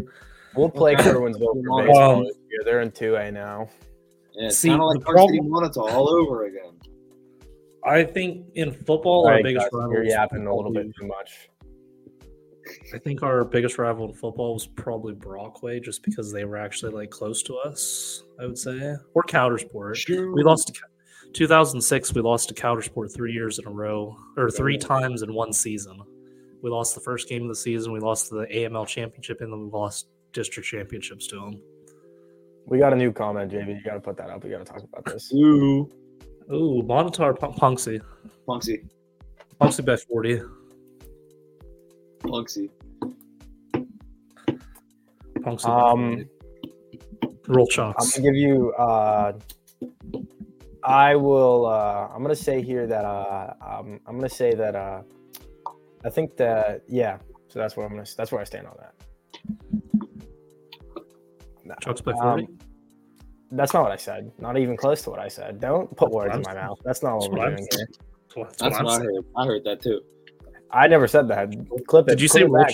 We'll play Okay. Kerwinsville for Um, baseball this year. They're in 2A now. Yeah, it's See, kind of like the Park City problem- Monitor all over again. I think in football, Sorry, our biggest guys, rival. you're was yapping a little probably- bit too much. I think our biggest rival in football was probably Brockway, just because they were actually like close to us. I would say, or Countersport. We lost to Cow- 2006. We lost to Countersport three years in a row, or three times in one season. We lost the first game of the season. We lost the AML championship, and then we lost district championships to them. We got a new comment, JB. You got to put that up. We got to talk about this. Ooh, Ooh, Monitor Punk- Punksy, Punksy, Punksy by 40. Punksy. Punksy. by Um, 40. roll I'm chocks. gonna give you. Uh, I will. Uh, I'm gonna say here that uh, um, I'm gonna say that uh, I think that yeah. So that's where I'm gonna. That's where I stand on that. Nah, Chocks by um, 40. that's not what I said. Not even close to what I said. Don't put words in my mouth. That's not That's what what we're I'm doing here. That's what That's I'm what I saying. heard. I heard that too. I never said that. Clip it. Did you clip say it roll, back.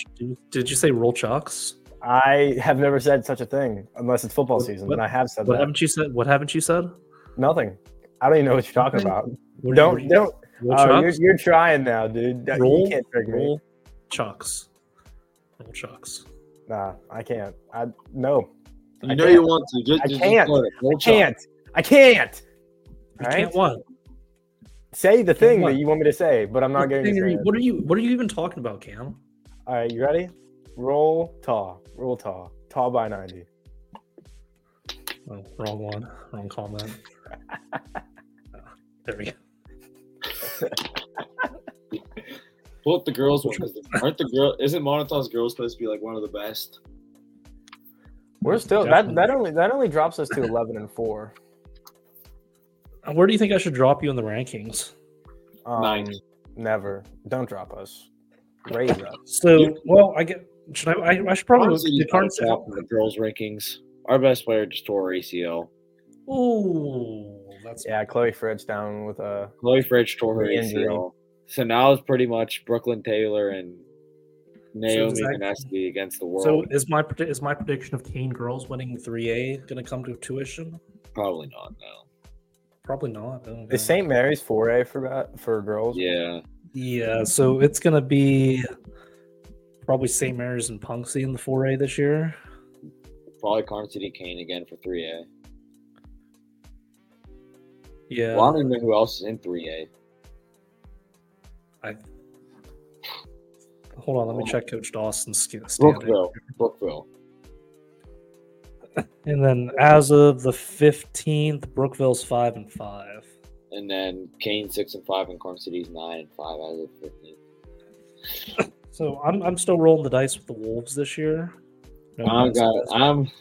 did you say roll chocks? I have never said such a thing unless it's football What- season. what- and I have said What that. haven't you said? What haven't you said? Nothing. I don't even know what you're talking about. What- Don't what- don't. roll Oh, you're, chocks? you're trying now, dude. That- Roll, you can't trick me. roll chocks. Roll chocks. Nah, I can't. I no. You I know can't. you want to. Just, I just can't. Just I can't. I can't. You All right. can't what? Say the thing what? that you want me to say, but I'm not What going to thing are say you- it. What are you what are you even talking about, Cam? All right, you ready? Roll taw. Roll taw. Taw by ninety. Oh, wrong one. Wrong comment. Oh, there we go. Pull up the girls one 'cause aren't the girl? Isn't Monotons girls supposed to be like one of the best? We're still that Definitely. that only that only drops us to eleven and four. Uh, Where do you think I should drop you in the rankings? Um, Ninth. Never. Don't drop us. Raise us. So, well, I get. Should I? I, I should probably. Honestly, Did you Carn gotta drop in the girls rankings. Our best player just tore ACL. Oh, that's Yeah, Chloe Fritz down with uh, a. Chloe French tore her The injury. ACL. So now it's pretty much Brooklyn Taylor and Naomi does that- Kineski against the world. So is my predi- is my prediction of Kane girls winning three A going to come to tuition? Probably not now. Probably not. I don't know. Is St. Mary's foray for that for girls? Yeah. Yeah, so it's going to be probably St. Mary's and Punksy in the four A this year. Probably Carn City Kane again for 3A. Yeah, Well, I don't even know who else is in 3A. I. Hold on, let me check Coach Dawson's sk- standing. Brookville. Brookville. And then as of the fifteenth, Brookville's five and five. And then Kane 6 and 5, and Carn City's 9 and 5 out of 15. So I'm I'm still rolling the dice with the Wolves this year. No I'm, offense, got, guys. I'm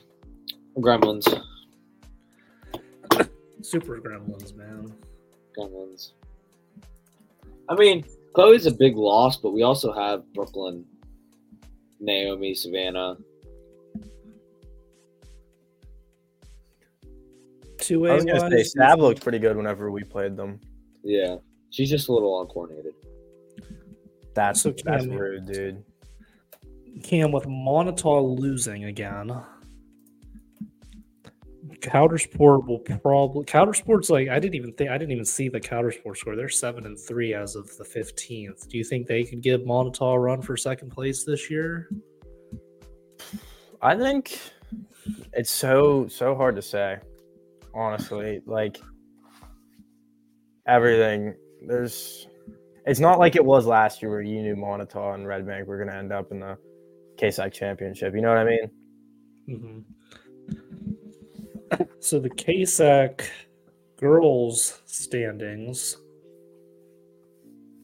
Gremlins. super gremlins, man. Gremlins. I mean, Chloe's a big loss, but we also have Brooklyn, Naomi, Savannah. Two I A. was gonna say Stab looked pretty good whenever we played them. Yeah. She's just a little uncoordinated. That's So that's Cam- rude, dude. Cam with Monital losing again. Countersport will probably Countersport's like I didn't even think I didn't even see the Countersport score. They're seven and three as of the fifteenth. Do you think they could give Monital a run for second place this year? I think it's so so hard to say. Honestly, like everything there's it's not like it was last year where you knew Montauk and Red Bank were gonna end up in the KSAC championship. You know what I mean? Mhm. So the KSAC girls standings.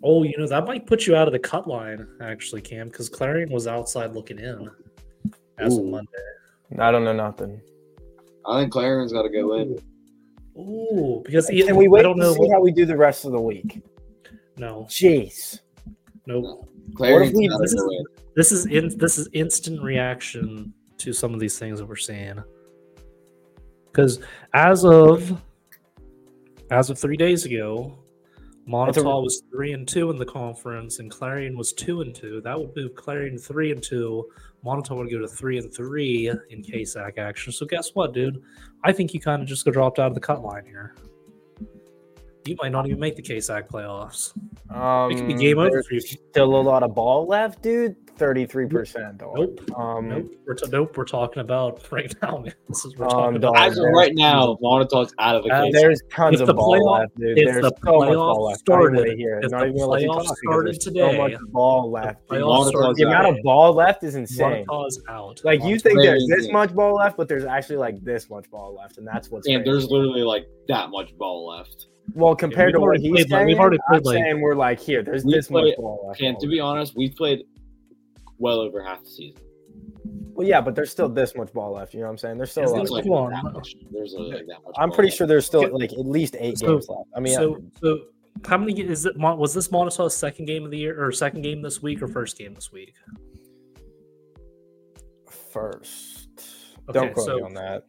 Oh, you know that might put you out of the cut line, actually, Cam, because Clarion was outside looking in as of Ooh. Monday. I don't know nothing. I think Claren's got to go in. Ooh, because And Ian, we wait I don't to know. see what- how we do the rest of the week. no, Jeez. nope. Claren's we- got this to is- go in. This is in, this is instant reaction to some of these things that we're seeing. Because as of as of three days ago, That's a- Montauk was three and two in the conference, and Clarion was two and two. That would move Clarion three and two. Montauk would go to three and three in KSAC action. So guess what, dude? I think you kind of just got dropped out of the cut line here. You might not even make the KSAC playoffs. Um, could be game over there's for you. Still a lot of ball left, dude. Thirty-three percent. Nope. Um, Nope, we're t- nope, we're talking about right now, man. This is we're Um, talking dog. about. As of right now, Montauk's out of the Uh, case. There's tons if of the ball playoff- left, dude. if There's the so much ball playoff left. I don't even started- wanna hear it. if Not the even gonna let you playoff talk because started there's today, so much ball left. the dude. playoff Montauk's The started amount of today. ball left is insane. Montauk's out. Like you think Montauk- there's this Crazy. much ball left, but there's actually like this much ball left, and that's what's and crazy. there's literally like that much ball left. well compared we've to what already he's played, like, saying. we've already I'm played, like- saying we're like here. There's We this played- much ball left. And to be honest, we've played well over half the season. well, yeah, but there's still this much ball left. You know what I'm saying? There's still. It's a lot not There's of- like come that on. much. There's like that much. I'm ball pretty left. sure there's still like at least eight So- games left. I mean, so, so how many is it? Mon- Was this Montauk's second game of the year, or second game this week, or first game this week? first. Okay, Don't quote me so- on that.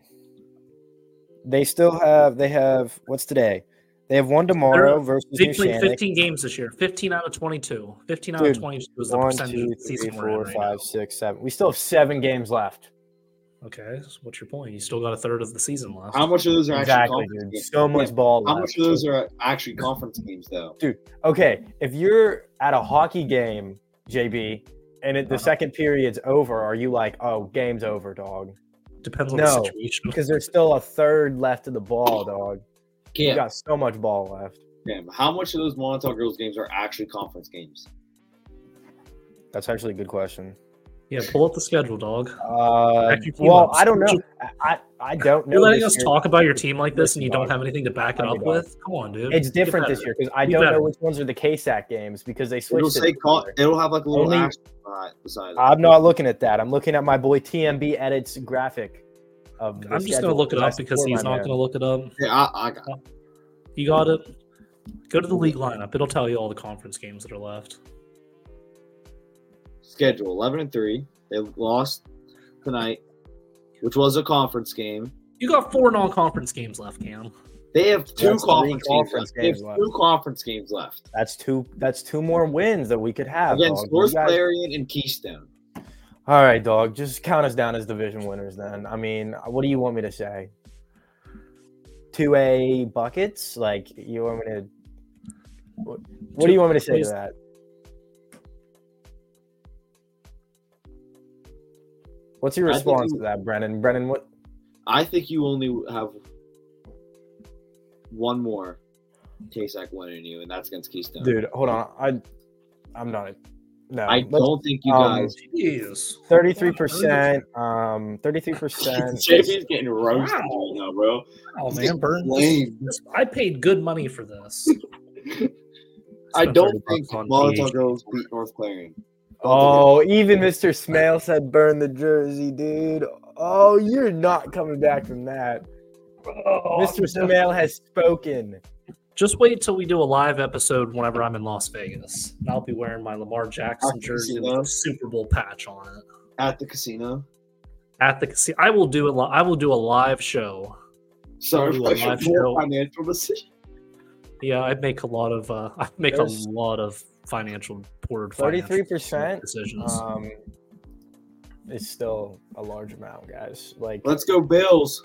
They still have. They have. What's today? They have one tomorrow versus They New played Shannick. 15 games this year. 15 out of 22. 15 out Dude, of 22 is the One, percentage two, of the three, season we're in four, right five, six, seven. We still have seven games left. now. Okay, so what's your point? You still got a third of the season left. How much of those are actually Exactly, conference dude. games? So much ball How left. much of those are actually conference games, though? okay, if you're at a hockey game, JB, and it, the Uh-huh. second period's over, are you like, oh, game's over, dog? Depends on No, the situation. Because there's still a third left of the ball, dog. You Cam, got so much ball left. Damn, how much of those Montauk girls games are actually conference games? That's actually a good question. Yeah, pull up the schedule, dog. Uh, Check your team well, ups. I don't know. I, I, I don't know. You're letting us this year. talk about your team like this, and you don't Dog. have anything to back it Dog. up with. Come on, dude. It's Get different this better. year because I Be don't know better. which ones are the KSAC games because they switched. It'll it say this con- year. it'll have like a little Only- asterisk beside- beside it. I'm not looking at that. I'm looking at my boy TMB edits graphic. Of the I'm just schedule gonna look it I up because support he's my not man. gonna look it up. Yeah, I, I got. You got it. Go to the league lineup. It'll tell you all the conference games that are left. schedule 11 and 3 they lost tonight which was a conference game You got four non-conference games left, Cam. they have two That's three conference, games, conference left. They have games left. two conference games left That's two. That's two more wins that we could have. against dog. You North guys- Clarion and Keystone All right, dog. Just count us down as division winners, then. I mean, what do you want me to say? Two A buckets? Like you want me to? What, what do you want me to say to Please- that? What's your I think response you- to that, Brennan? Brennan, what? I think you only have one more KSAC win in you and that's against Keystone Dude, hold on. I, I'm not. No, I don't think you um, guys Jeez. Thirty-three percent. Um, thirty-three percent. JB's getting roasted Wow. right now bro Oh man, burn. Lame. I paid good money for this. I Spent don't 30 think bucks on Molotov each. girls beat North Clarion Oh, even Mr. Smale said burn the jersey, dude. Oh, you're not coming back from that. Oh, Mr. Smale has spoken. Just wait till we do a live episode whenever I'm in Las Vegas. And I'll be wearing my Lamar Jackson At the jersey casino? with a Super Bowl patch on it. at the casino At the casino, I will do a li- I will do a live show. Ooh, sorry for a live your show. financial decision Yeah, I make a lot of uh, I make There's- a lot of financial poor financial 33% decisions. Um, it's still a large amount, guys. Like, let's go Bills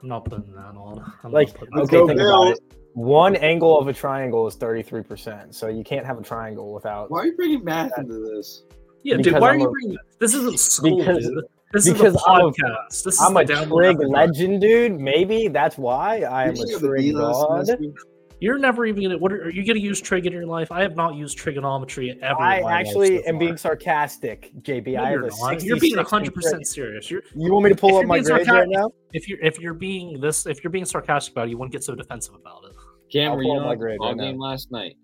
I'm not putting that on. I'm like not putting let's okay, go think about Bills. it. One angle of a triangle is thirty-three percent, so you can't have a triangle without. why are you bringing math into this yeah, dude. uh, because Why are I'm you a- bringing this? Isn't school, Because- dude. This because is a I'm a- podcast. this is I'm the a download trig episode. legend, dude. Maybe that's why I am Did a you see the trig video last god. week? You're never even gonna. What are, are you gonna use trig in your life? I have not used trigonometry ever. I in my life actually so am far. being sarcastic, JB. No, I have you're, a not. 60, you're being 60 100 percent serious. You're You want me to If pull up you're my being grades right sarcastic- now? if you're if you're being this if you're being sarcastic about it, you wouldn't get so defensive about it. I'll Cam, were pull you up my on the grade ball right now. game last night?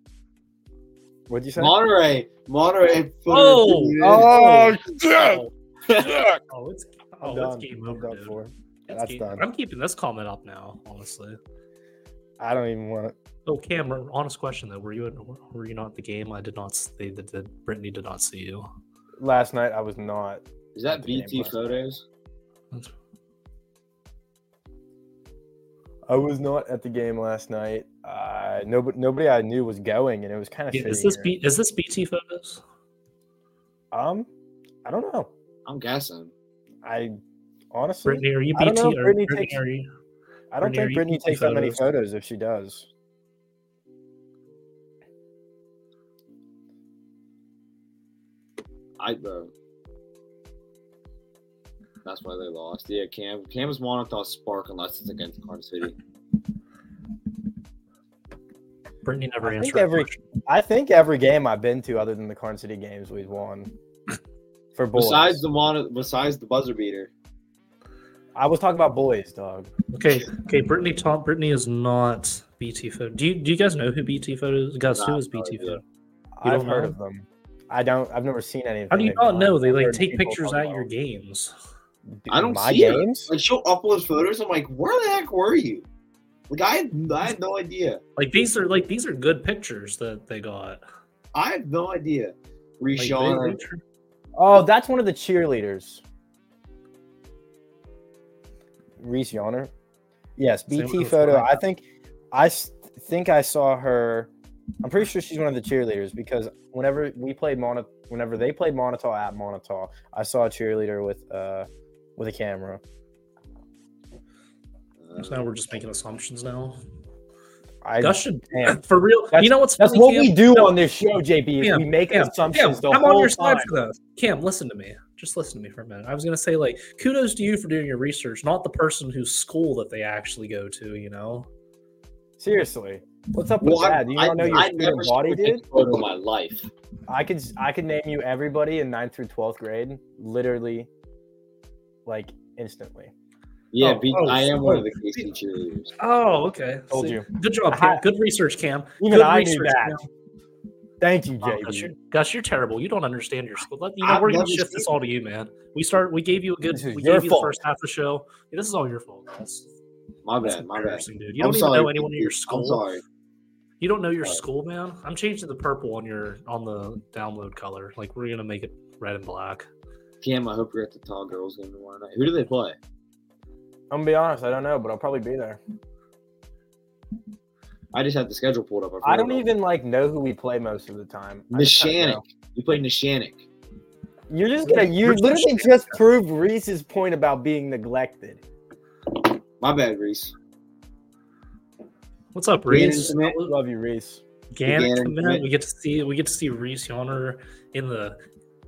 What'd you say? Monterey, Monterey. Oh! fucking- Oh, Oh, oh, it's Oh, that's game over, done dude. for. That's That's game- done. I'm keeping this comment up now, honestly. I don't even want to. Oh, Cam, honest question though, were you at, were you not at the game? I did not. s- They did. did- Brittany did not see you. Last night I was not. Is That's that the name BT of it. photos? I was not at the game last night. Uh, nobody, nobody I knew was going, and it was kind of. Yeah, is this B, is this BT photos? Um, I don't know. I'm guessing. I honestly, Brittany, are you I BT? don't know if or- Brittany Brittany, takes- are you? I Brittany, don't are think you Brittany taking takes that many photos? photos. If she does, I bro. That's why they lost. Yeah, Cam. Cam is Monotov Spark unless it's against Kansas City. Brittany never I think answered. our every- question. I think every game I've been to, other than the Carn City games, we've won. For boys, Besides the mono, besides the buzzer beater. I was talking about boys, dog. Okay, okay. Brittany Tom Brittany is not BT photo. Do you do you guys know who BT photos? Guys, who Nah, is BT no idea. photo? You I've don't heard know? of them. I don't. I've never seen any. How do you not know? They like take pictures at your games. I don't my see it. games. Like she'll upload photos. I'm like, where the heck were you? Like I had, I had no idea. Like these are like these are good pictures that they got. I had no idea. Like, Reshawn. they- Oh, that's one of the cheerleaders. Reese Yonner. Yes, Same BT with photo. Florida. I think I s- think I saw her. I'm pretty sure she's one of the cheerleaders because whenever we played Mono, whenever they played Monotol at Monotol, I saw a cheerleader with uh with a camera. Uh, so now we're just making assumptions now. I Gus should damn. for real. That's- you know what's That's funny, what Cam? we do No, on this show, JB. Is Cam, we make Cam, Cam, assumptions the I'm whole on your side time. for that. Cam, listen to me. Just listen to me for a minute. I was gonna say like kudos to you for doing your research, not the person whose school that they actually go to. You know. Seriously, what's up with Well, I, that? Do you I, not know your I student never body, took dude? a photo in my life. I could I could name you everybody in ninth through twelfth grade, literally, like instantly. Yeah, Oh, be, oh, I am so- one of the KC cheerleaders. Oh, okay. Told See? you. Good job, Cam. Good research, Cam. Even Good I knew research, that. Cam. Thank you, Oh, Gus, you're, JB. Gus, you're terrible. You don't understand your school. Let- You I- know, we're gonna let me shift see. this all to you, man. We start. We gave you a good. This is We your gave you the fault. first half of the show. Yeah, this is all your fault. That's, My that's bad, my bad. embarrassing, dude. You I'm don't even sorry, know anyone in your Keith. school. I'm sorry. You don't know your Sorry. school, man. I'm changing the purple on your on the download color. Like we're gonna make it red and black. Cam, I hope you're at the tall girls game tomorrow night. Who do they play? I'm gonna be honest. I don't know, but I'll probably be there. I just had the schedule pulled up. forgot I don't about even like know who we play most of the time. it. I just kinda Nishanik. You play Nishanik. know. You're just gonna. You Where's literally Nishanik? just proved Reese's point about being neglected. My bad, Reese. What's up, Gannon Reese? Schmidt. Love you, Reese. Gannon Gannon coming in. Schmidt. We get to see we get to see Reese Yonner in the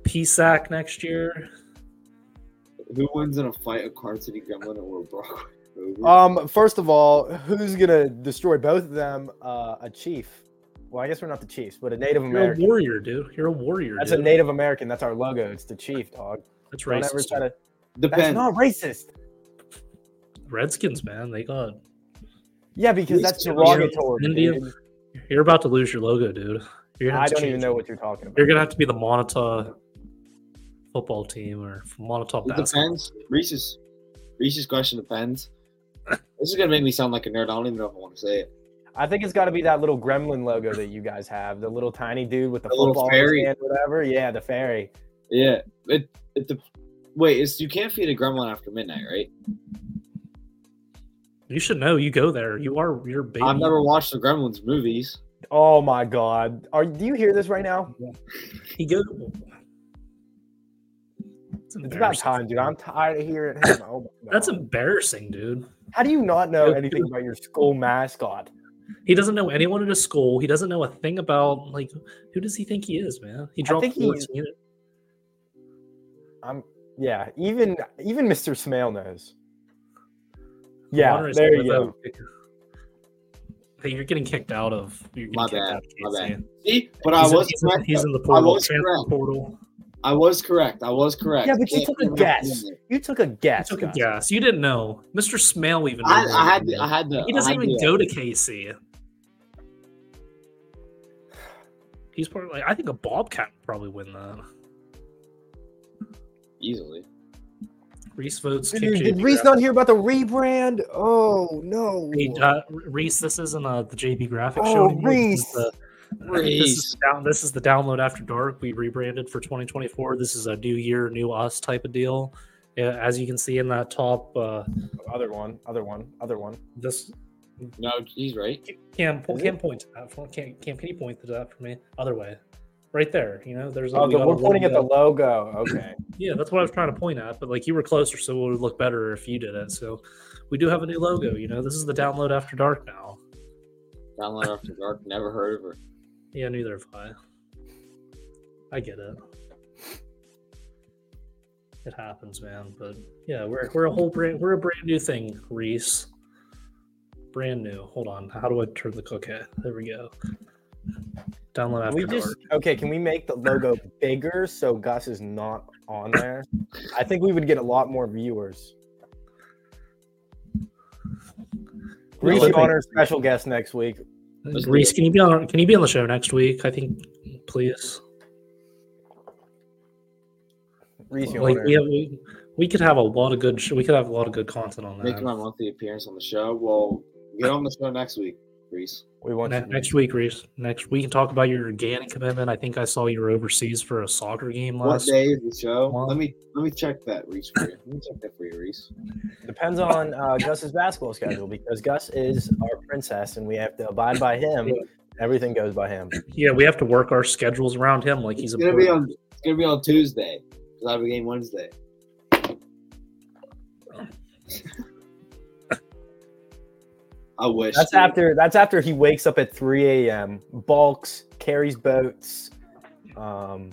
PSAC next year. Who wins in a fight, a Card City Gremlin or a Brock? Rover? Oh, Um, first of all, who's gonna destroy both of them? Uh, a chief. Well, I guess we're not the Chiefs, but a Native You're a American. warrior, dude. You're a warrior. That's a dude. Native American. That's our logo. It's the chief, dog. That's Don't ever racist. try to That's Depends. not racist. Redskins, man. They got. Yeah, because that's Racist. derogatory. India- dude. You're about to lose your logo, dude. You're gonna have I to don't change even it. know what you're talking about. You're gonna have to be the Monata football team or Monata It basketball. depends. Reese's Reese's question depends. this is gonna make me sound like a nerd. I don't even know if I want to say it. I think it's got to be that little gremlin logo that you guys have, the little tiny dude with the, The little football in his fairy. hand, whatever. Yeah, the fairy. Yeah. It it the wait. It's you can't feed a Gremlin after midnight, right? You should know. You go there. You are your baby. I've never watched the Gremlins movies. Oh my god. Are do you hear this right now? He goes. It's, It's about embarrassing. time, dude. I'm tired of hearing him. Oh my god. That's embarrassing, dude. How do you not know Yo, anything dude. about your school mascot? He doesn't know anyone at his school. He doesn't know a thing about like who does he think he is, man? He I dropped think he's- 14. I'm yeah, even even Mr. Smale knows. Yeah, Monterey's there you gonna go. vote. Hey, you're getting kicked out of. You're getting My kicked bad, out of my KC. bad. See, but He's, I in- was he's, in, correct. he's in the I portal. was Transfer correct. portal. I was correct. I was correct. Yeah, but you Can't took feed a 'em after guess. midnight. You took a guess. I took a Gus. guess. You didn't know. Mr. Smale even. I, knew. I had to. I had to. he I doesn't had even to- go to KC. He's probably like I think uh, a Bobcat would probably win that. easily. Reese votes. Dude, kick did JP Reese Graphic. not hear about the rebrand? Oh no! Hey, uh, Reese, this isn't uh, the JB graphic Oh, show. anymore. Reese. This is, the, This, is down, this is the download after dark. We rebranded for 2024. This is a new year, new us type of deal. Yeah, as you can see in that top, uh, Other one, other one, other one. this No, he's right. Cam po- Is Cam point to that for Cam, Cam. Can you point to that for me? Other way, right there. You know, there's. a- Oh, we the, got a we're pointing at the logo. logo. Okay. Yeah, that's what I was trying to point at. But like, you were closer, so it would look better if you did it. So, we do have a new logo. You know, this is the download after dark now. Download After Dark. Never heard of her. Yeah, neither have I. I get it. It happens, man. But yeah, we're we're a whole brand we're a brand new thing, Reese. Brand new. Hold on. How do I turn the cookie? There we go. Download after we just dark. okay. Can we make the logo bigger so Gus is not on there? I think we would get a lot more viewers. Reese Well, I Honor special guest next week. Let's do Reese, it. can you be on can you be on the show next week? I think please. Reese Like Honor. we have we, we could have a lot of good sh- we could have a lot of good content on Make that. my monthly appearance on the show. Joe, well, get on the show next week, Reese. we want Ne- you. next week, Reese. Next we can talk about your organic commitment. I think I saw you were overseas for a soccer game What last. day is the show? Well- Let me let me check that, Reese. For you. Let me check that for you, Reese. Depends on uh, Gus's basketball schedule because Gus is our princess and we have to abide by him. Everything goes by him. Yeah, we have to work our schedules around him. Like he's It's a gonna be bird. on. It's gonna be on Tuesday. 'cause I have a game Wednesday. I wish. That's dude. after. That's after he wakes up at 3 a.m. Balks, carries boats. Um,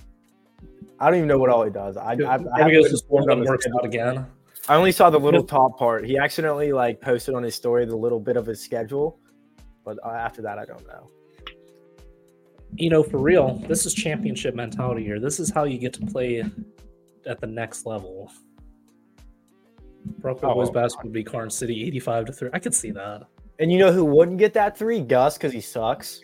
I don't even know what all he does. I, I, I, Probably haven't goes been to school informed on and his works schedule. out again. I only saw the little top part. He accidentally like posted on his story the little bit of his schedule, but uh, after that, I don't know. You know, for real, this is championship mentality here. This is how you get to play at the next level. Brockville Oh. boys basketball would be Carn City eighty-five to three. I could see that. And you know who wouldn't get that three? Gus, because he sucks.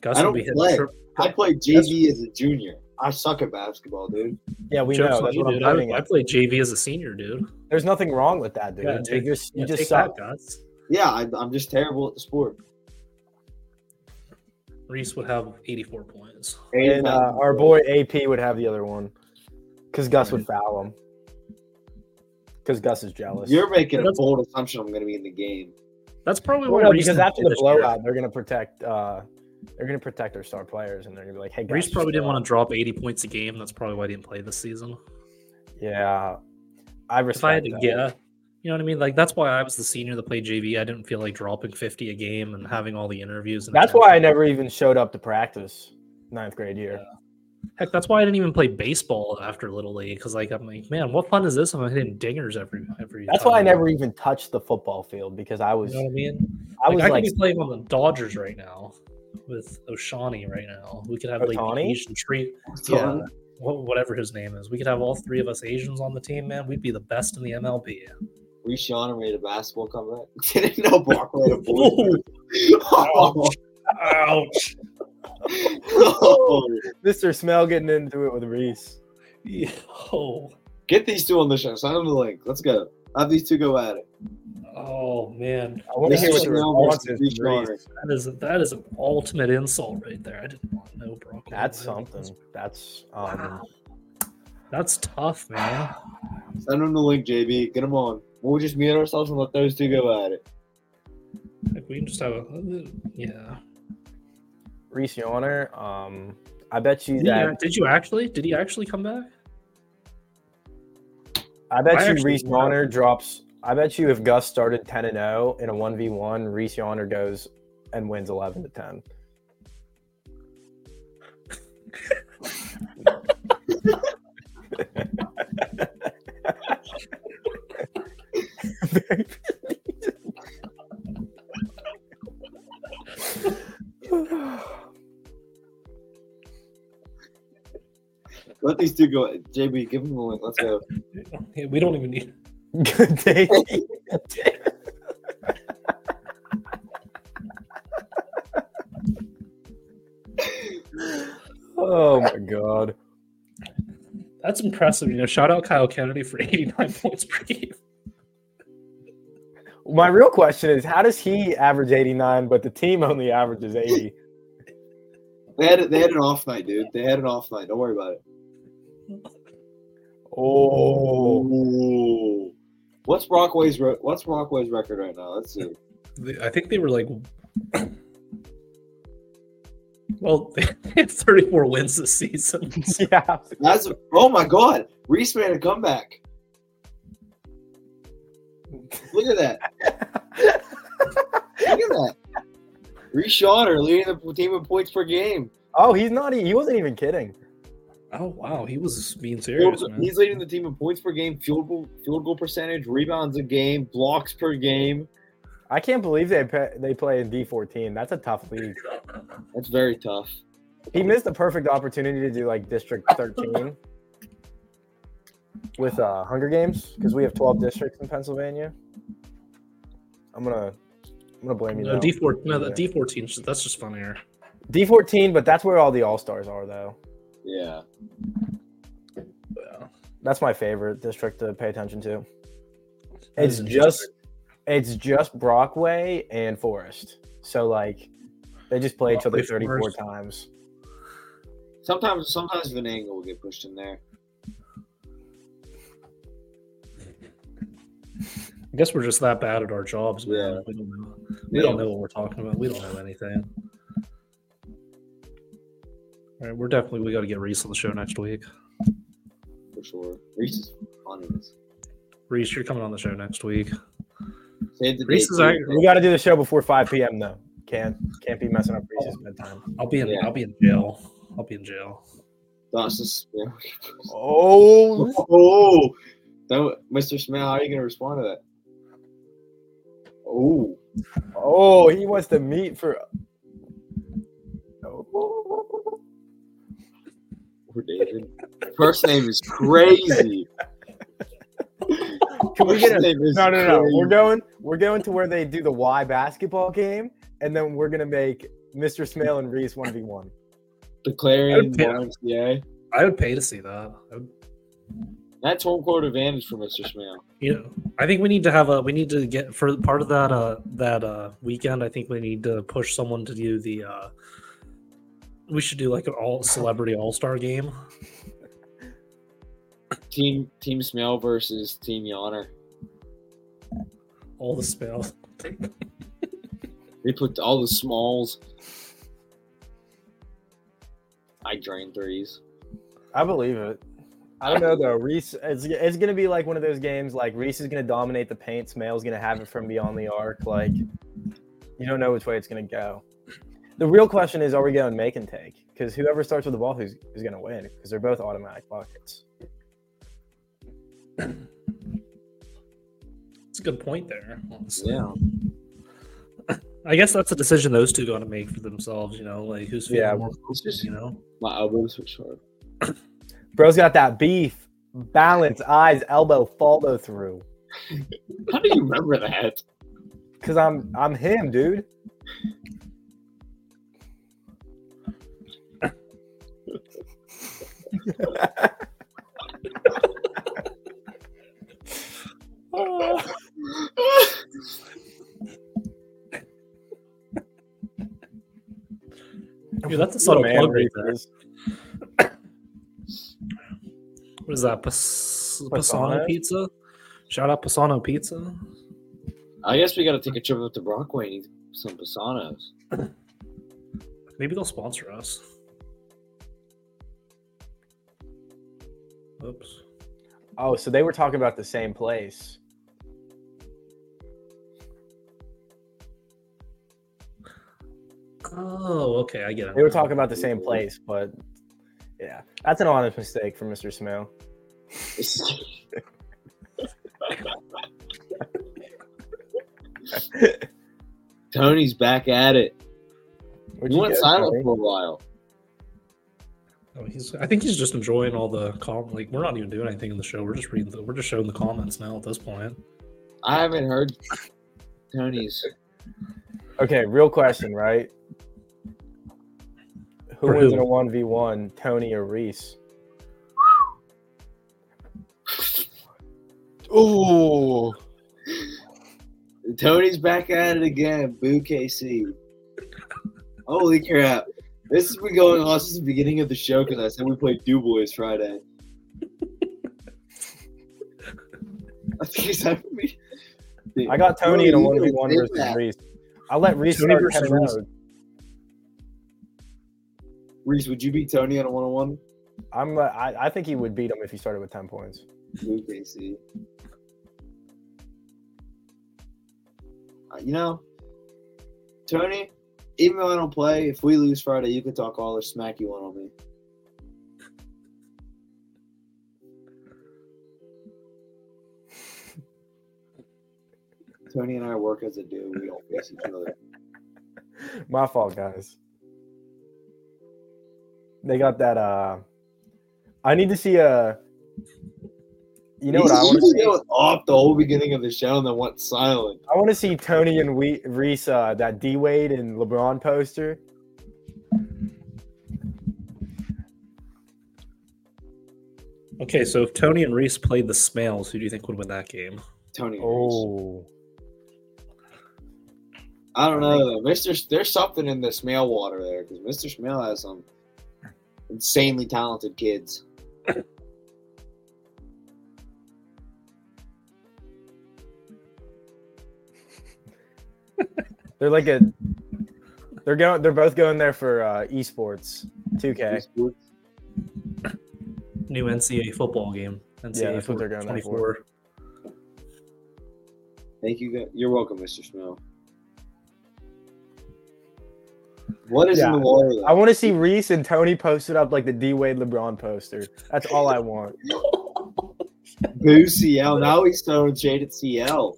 Gus I would don't be hitting. play. trip- I played JV as a junior. I suck at basketball, dude. Yeah, we trips know. on That's you, what I'm E, dude. I- pointing I at. played JV as a senior, dude. There's nothing wrong with that, dude. Yeah, You take- just you Yeah, just take suck. that, Gus. Yeah, I, I'm just terrible at the sport. Reese would have eighty-four points. And uh, our boy AP would have the other one, because Gus would foul him. Because Gus is jealous. You're making a That's- bold assumption I'm going to be in the game. That's probably Well, why. no, Reese because didn't play after the this year. blowout, they're gonna protect. Uh, they're gonna protect their star players, and they're gonna be like, "Hey, Gus, Reese just probably didn't chill out." want to drop eighty points a game. That's probably why he didn't play this season. Yeah, I respect. if I had to that. guess, you know what I mean? Like that's why I was the senior that played JV. I didn't feel like dropping fifty a game and having all the interviews. And That's why I attention. never even showed up to practice ninth grade year. Heck, that's why I didn't even play baseball after Little League because like I'm like, man, what fun is this? I'm hitting dingers every every. That's why I time." never even touched the football field because I was You know what I mean? I was I like, could be playing on the Dodgers right now with Oshani right now. We could have like the Ohtani? Asian tree, yeah, So, wh- whatever his name is. We could have all three of us Asians on the team, man. We'd be the best in the MLB. Reese Shawn made a basketball comeback. Didn't know Brock made a board. Ooh, oh, ouch. Oh. Mr. Smell getting into it with Reese. Yo. Get these two on the show. Send them the link. Let's go. Have these two go at it. Oh man, I want to Mr. hear what the Snell versus response is. from Reese Reese. that is that is an ultimate insult right there. I didn't want no Brock. That's Lesnar. something. That's um, That's tough, man. Send them the link, JB. Get them on. We'll just mute ourselves and let those two go at it. Like we can just have a yeah. Reese Yawner. Um, I bet you Did he, that. act- did you actually? Did he actually come back? I bet I you actually Reese know. Yawner drops. I bet you if Gus started ten and zero in a one v one, Reese Yawner goes and wins eleven to ten. Let these two go at it. JB, give them the link. Let's go. Yeah, We don't even need. Good day. oh my god. That's impressive. You know, shout out Kyle Kennedy for 89 points per game. My real question is, how does he average 89, but the team only averages 80? They had they had an off night, dude. They had an off night. Don't worry about it. Oh, Ooh. What's Brockway's re- What's Brockway's record right now? Let's see. They- I think they were like, well, they had 34 wins this season. yeah. That's oh my god, Reese made a comeback. Look at that! Look at that! Reese Shawner leading the team in points per game. Oh, he's not. He wasn't even kidding. Oh wow, he was being Field- serious, man. he's leading the team in points per game, field goal, field goal percentage, rebounds a game, blocks per game. I can't believe they pe- they play in D14. That's a tough league. That's very tough. He missed a perfect opportunity to do like District 13 with uh, Hunger Games because we have 12 districts in Pennsylvania. I'm gonna I'm gonna blame you. No, now. D four, no, that D fourteen. That's just funnier. D14, but that's where all the All Stars are though. Yeah, Yeah. That's my favorite district to pay attention to. That is It's an just it's just Brockway and Forest. So like they just play each other Brockway, 34 Forest. times. sometimes sometimes Venango will get pushed in there. I guess we're just that bad at our jobs, man. Yeah. We don't know. We don't know what we're talking about. We don't know anything. All right, we're definitely we got to get Reese on the show next week. for sure. Reese is on this. Reese, you're coming on the show next week. Save the Reese date, is dude. angry. We got to do the show before 5 p.m. though. Can't can't be messing up Reese's bedtime. I'll be in. Yeah. I'll be in jail. I'll be in jail. That's just- yeah. Oh, Oh, no, Mr. Smell, how are you going to respond to that? Oh, oh, he wants to meet for. Oh. poor David. First name is crazy. Can we get a, First name is no, no, no? We're crazy. going. We're going to where they do the Y basketball game, and then we're gonna make Mr. Smale and Reese one v one. declaring Okay. YMCA. I would pay to see that. I would- That's home court advantage for Mr. Smell. you know, I think we need to have a. We need to get for part of that. Uh, that uh weekend. I think we need to push someone to do the. uh We should do like an all celebrity all star game. Team Team Smell versus Team Yawner. All the spells. They put all the smalls. I drain threes. I believe it. I don't know though. Reese, it's, it's gonna be like one of those games. Like Reese is gonna dominate the paint. Smale's gonna have it from beyond the arc. Like you don't know which way it's gonna go. The real question is, are we going make and take? Because whoever starts with the ball, who's is gonna win? Because they're both automatic buckets. It's a good point there. honestly. Yeah. I guess that's a decision those two got to make for themselves. You know, like who's feeling Yeah. more It's confident, just you know. my elbows are sharp. Bro's got that beef, balance, eyes, elbow, follow through. How do you remember that? Cause I'm I'm him, dude. Dude, that's a subtle Man, plug right Reese there. is- What is that? Pas- Pisano Pisano? Pizza. Shout out Pisano Pizza. I guess we got to take a trip up to Brockway and eat some Pisanos. Maybe they'll sponsor us. Oops. Oh, so they were talking about the same place. Oh, okay. I get it. They were now. talking about the same place, but yeah, that's an honest mistake from Mr. Smale. Tony's back at it. Where'd We you went go, silent Tony? for a while. Oh, he's, I think he's just enjoying all the com. Like we're not even doing anything in the show. We're just reading. The, we're just showing the comments now at this point. I haven't heard Tony's. Okay, real question, right? Who For wins who? in a one v one, Tony or Reese? Oh, Tony's back at it again. Boo KC. Holy crap. This has been going on since the beginning of the show because I said we played Du Bois Friday. I think he's having me. I got Tony in a Bro, one you v one did versus that. Reese. I let Reese Tony start versus head Reese. road. Reese, would you beat Tony on a one on one? I'm. Uh, I, I think he would beat him if he started with ten points. Boo KC. Uh, You know, Tony, even though I don't play, if we lose Friday, you could talk all the smack you want on me. Tony and I work as a duo. We don't face each other. My fault, guys. They got that. Uh, I need to see a. You know what I want to usually see? goes off the whole beginning of the show and then went silent. I want to see Tony and we- Reese uh, that D Wade and LeBron poster. Okay, so if Tony and Reese played the Smails, who do you think would win that game? Tony. and Reese. Oh, I don't know though. Mr. S- There's something in the Smale water there because Mr. Smale has some insanely talented kids. they're like a. They're going. They're both going there for uh, esports, 2K. New NCAA football game. NCAA that's what they're going there for. 24. Thank you. gu- You're welcome, Mr. Smale. What is in Yeah. the water? Though? I want to see Reese and Tony posted up like the D Wade LeBron poster. That's all I want. Boo CL. Now he's throwing shade at CL.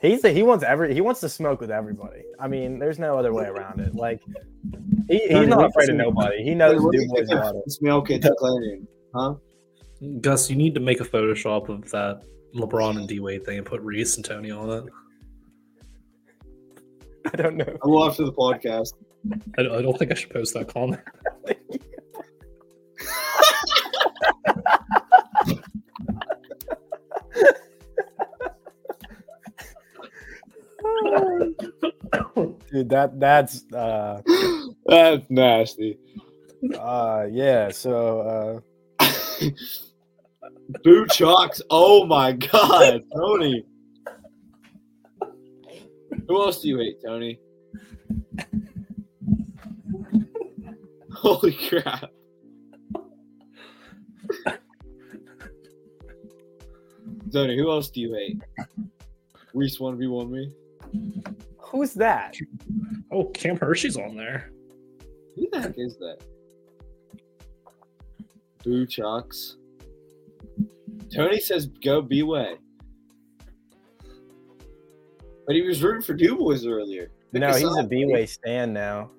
He's the, he wants every he wants to smoke with everybody. I mean, there's no other way around it. Like he, he's Tony, not what's afraid of the- nobody. He Hey, knows What do dude you boy's think of not it. Smale kids declaring? Huh? Gus, you need to make a Photoshop of that LeBron and D Wade thing and put Reese and Tony on it. I don't know. I will after the podcast. I, I don't think I should post that comment. Dude, that that's uh That's nasty. uh yeah, so uh Boo Chalks. Oh my God, Tony. Who else do you hate, Tony? Holy crap. Tony, who else do you hate? Reese 1v1 me? who's that? Oh, Cam Hershey's on there. Who the heck is that? Boo Chalks. Tony says go B way. But he was rooting for Du Bois earlier. Pick No, a he's a side. B way stand now.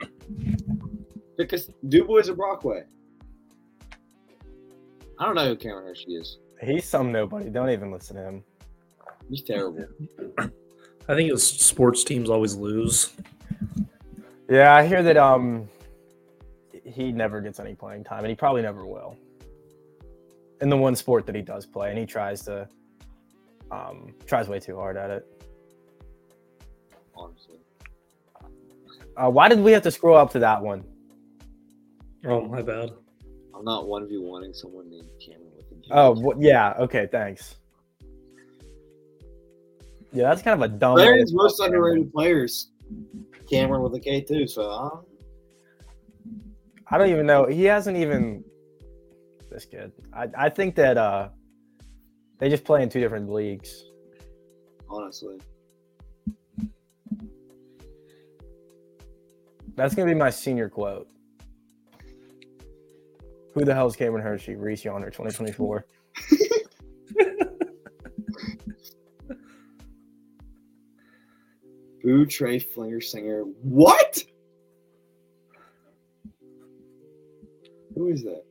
Pick a, Du Bois or Brockway. I don't know who Cameron Hershey is. He's some nobody. Don't even listen to him. He's terrible. I think it's sports teams always lose. Yeah, I hear that um he never gets any playing time and he probably never will. In the one sport that he does play and he tries to um tries way too hard at it. Honestly, Uh, why did we have to scroll up to that one? Oh, my bad. I'm not one v wanting someone named Cameron with a G. Oh, wh- yeah. Okay, thanks. Yeah, that's kind of a dumb. way to Larry's most spell Cameron. underrated players. Cameron with a K too. So uh, I don't- I don't even know. He hasn't even this good. I, I think that uh they just play in two different leagues. honestly, That's gonna be my senior quote. Who the hell's Cameron Hershey? Reese Yonder, 2024. Boo Trey Flinger Singer. What? Who is that?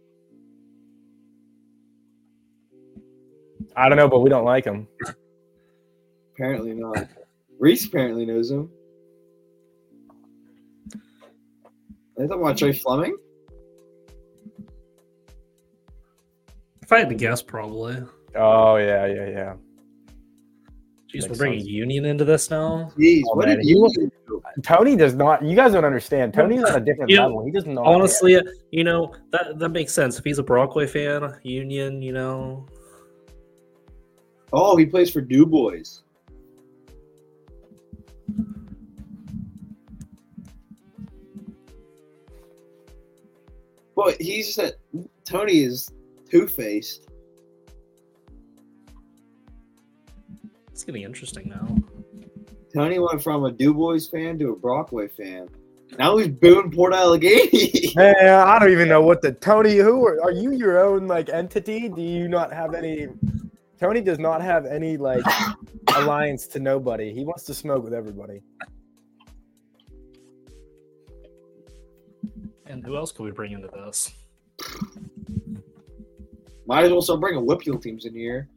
I don't know, but we don't like him. Apparently not. Reese apparently knows him. They talking about Trey Fleming? If I had to guess, probably. Oh yeah, yeah, yeah. Jeez, we're Makes bringing sense. Union into this now. Jeez, Oh, what man, did he you was- do? Tony does not. You guys don't understand. Tony's on a different You know, level. He does not. Honestly, you know that that makes sense. If he's a Brockway fan, Union, you know, Oh, he plays for Du Bois. But he's a, Tony is two faced. it's getting interesting now. Tony went from a Du Bois fan to a Brockway fan. Now he's booing Port Allegheny. Man, I don't even know what the Tony. Who are, are you? Your own like entity? Do you not have any? Tony does not have any like alliance to nobody. He wants to smoke with everybody. And who else could we bring into this? Might as well start bringing Whipfield teams in here.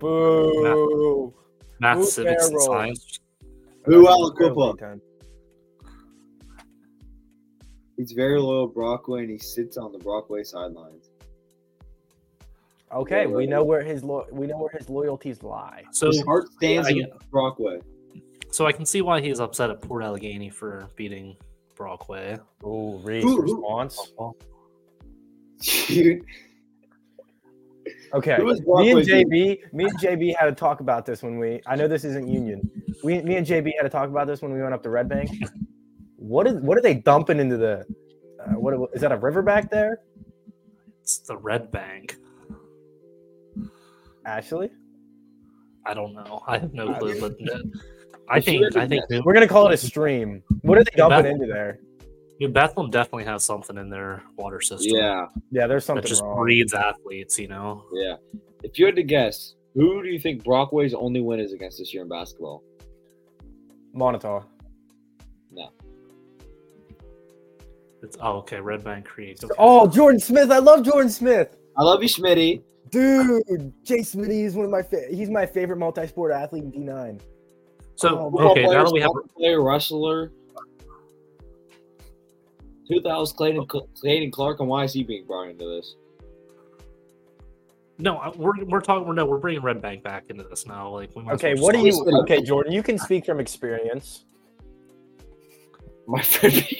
Boo! Math, Who civics, and Farrell? science. Who That's I'll equip terrible up. time. He's very loyal to Brockway and he sits on the Brockway sidelines. Okay, we Yeah. know where his lo- we know where his loyalties lie. So, His heart stands I in Brockway. so I can see why he's upset at Port Allegheny for beating Brockway. Oh, Reed's Who- who- response. Dude, Okay, who is me and Brockway team? JB, me and JB had a talk about this when we. I know this isn't union. We, me and JB had a talk about this when we went up to Red Bank. What is what are they dumping into the? Uh, what is that a river back there, It's the Red Bank. Ashley? I don't know. I have no I clue, but I Is she think I recognized? think New, We're gonna call it a stream. What are they dumping into there? New Bethlehem definitely has something in their water system Yeah, Yeah, there's that something just wrong. breeds athletes. You know, yeah. If you had to guess, who do you think Brockway's only win is against this year in basketball? Monitor. it's oh okay. Red Bank Creek. okay. Oh, Jordan Smith! I love Jordan Smith. I love you, Smitty. Dude, Jay Smitty is one of my fa- he's my favorite multi-sport athlete in D9. so oh, okay. Now that we have player wrestler, who the hell's Clayton, Clayton Clark, and why is he being brought into this? no, I- we're we're talking. We're no, we're bringing Red Bank back into this now. Like we might as Okay, well what do just- you Okay, Jordan, you can speak from experience. My friend.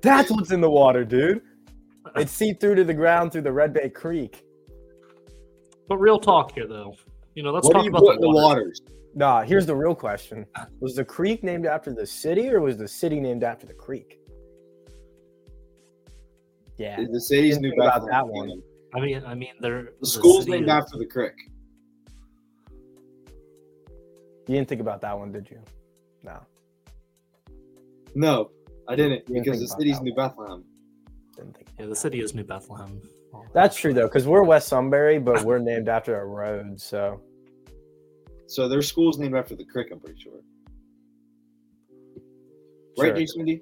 That's what's in the water, dude. It seeped through to the ground through the Red Bay Creek. But real talk here, though. You know, let's what do talk you about put the in the water. waters? Nah, here's the real question. Was the creek named after the city or was the city named after the creek? Yeah. The city's Didn't new think about Bethlehem. that one. I mean, I mean, they're The school's city named is- after the creek. You didn't think about that one, did you? No, No, I didn't didn't because the think about city's that New Bethlehem. didn't think. Yeah, the city is New Bethlehem. That's true though, because we're West Sunbury, but we're named after a road. So So their school's named after the creek. I'm pretty sure. Right, Sure. Jay Smitty?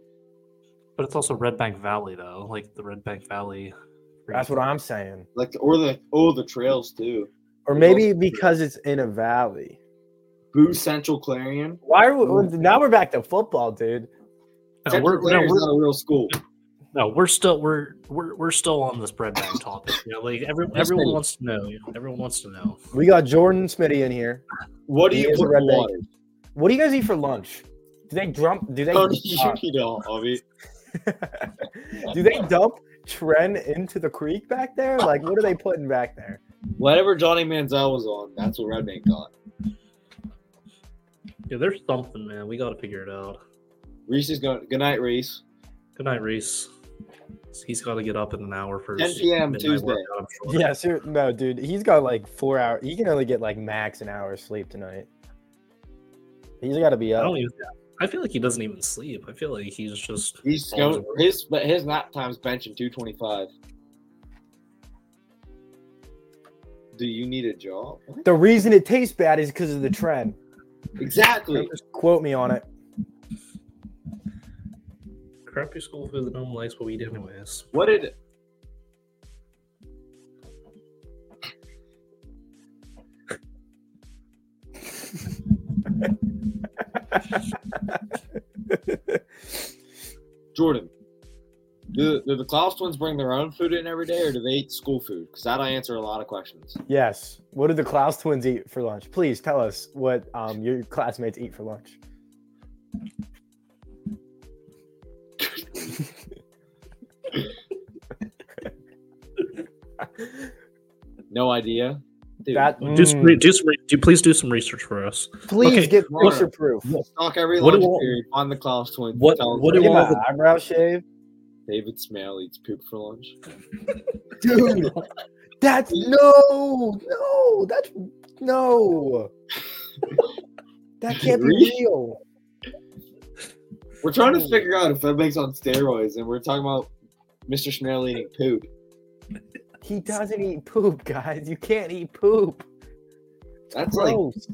But it's also Red Bank Valley, though. Like the Red Bank Valley. that's what I'm saying. Like the, or the oh the trails too. Or Well, maybe because it's in a valley. Boo Central Clarion. Why are we, now we're back to football, dude? No, Central we're, no, Clarion's we're, not a real school. no, we're still we're we're we're still on this Red Bank topic. You know, like every, everyone wants to know. you know, Everyone wants to know. We got Jordan Smitty in here. What do He you is a put Red in the Bank. waters? What do you guys eat for lunch? Do they dump? Do they Oh, Tony, you uh, need all of it. do they dump Tren into the creek back there? Like, what are they putting back there? Whatever Johnny Manziel was on, that's what Red Bank got. Yeah, there's something, man. We got to figure it out. Reese is going. Good night, Reese. Good night, Reese. He's got to get up in an hour for 10 his p.m. midnight Tuesday. workout, I'm sure. Yeah, sir. No, dude, he's got like four hours. He can only get like max an hour of sleep tonight. He's got to be I up. don't even. I feel like he doesn't even sleep. I feel like he's just. He's Balls going his but his nap time's benching two twenty five. Do you need a job? The reason it tastes bad is because of the trend. Exactly. Just quote me on it. Crappy school food that no one likes, but we eat anyways. What did Jordan? Do, do the Klaus twins bring their own food in every day, or do they eat school food? Because that'll answer a lot of questions. Yes. What did the Klaus twins eat for lunch? Please tell us what um, your classmates eat for lunch. No idea. Dude, That Do some, mm, re- do some re- do, please do some research for us. please okay, get Laura. picture proof. talk every what do lunch all- period on the Klaus twins. and what- tell us what do Get whether all- my the- eyebrow shaved. David Smale eats poop for lunch. Dude, that's no, no, that's no. That can't be Really? real. We're trying to figure out if that makes on steroids, and we're talking about Mr. Smale eating poop. He doesn't eat poop, guys. You can't eat poop. That's like Gross.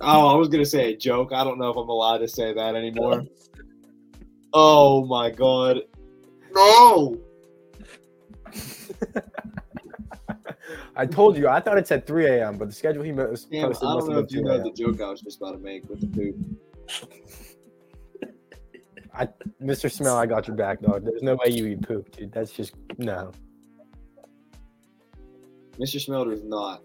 Oh, I was gonna say a joke. I don't know if I'm allowed to say that anymore. Oh my god. No! I told you. I thought it said 3 a.m., but the schedule he mo- posted Damn, I must have don't know been if you 2 know the a.m. joke I was just about to make with the poop. Mr. Smell, I got your back, dog. There's no way you eat poop, dude. That's just no. Mr. Smell does not.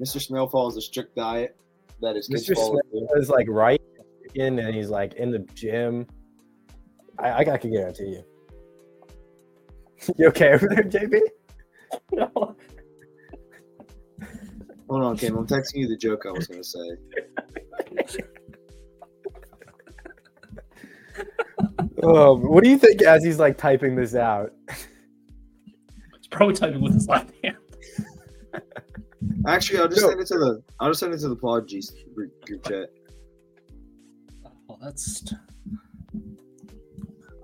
Mr. Smell follows a strict diet that is Mr. controlled. It's like right in, and he's like in the gym. I, I, I can guarantee you. You okay over there, JB? No. Hold on, Kim. I'm texting you the joke I was gonna say. Um, what do you think as he's like typing this out? It's probably typing with his left hand. Actually, I'll just No. send it to the I'll just send it to the pod G group group chat. Well, that's.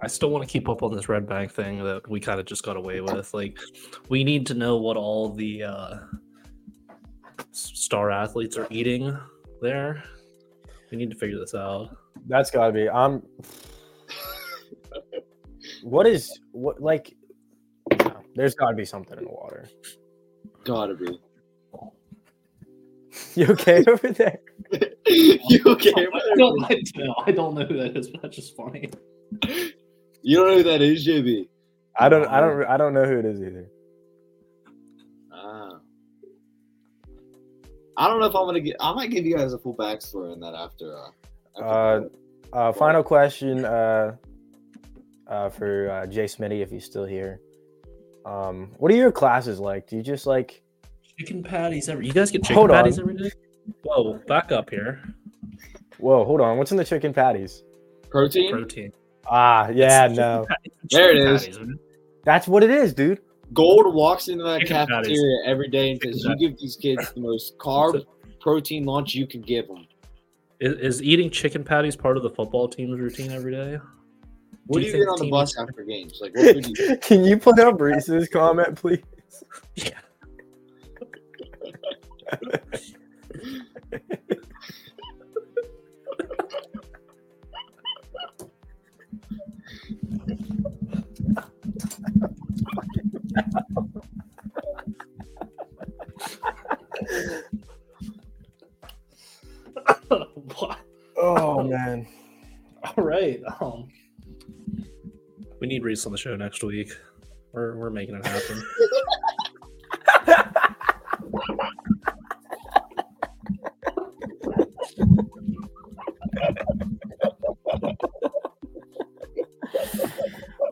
I still want to keep up on this red bag thing that we kind of just got away with. Like, we need to know what all the uh, s- star athletes are eating there. We need to figure this out. That's gotta be. Um, what is what like? no, There's gotta be something in the water. Gotta be. You okay over there? you okay? with I don't, I don't know who that is, but that's just funny. that? You don't know who that is, JB. I don't. I don't. I don't know who it is either. Ah. I don't know if I'm gonna get. I might give you guys a full backstory on that after. Uh, after Uh, Uh, final question uh, uh, for uh, Jay Smitty, if he's still here. Um, what are your classes like? Do you just like? Chicken patties every. You guys get chicken Hold on. patties every day? Whoa, back up here. Whoa, hold on. What's in the chicken patties? protein. Protein. Ah, yeah, no, There it is. that's what it is, dude. Gold walks into that Chicken patties. cafeteria every day and says, Chicken "You give these kids the most carb protein lunch you can give them." Is, is eating chicken patties part of the football team's routine every day? Do What do you you, think get on the team- bus after games? Like, what would you? Can you put up Reese's comment, please? Yeah. what? Oh man, All right. Um, we need Reese on the show next week. We're, we're making it happen.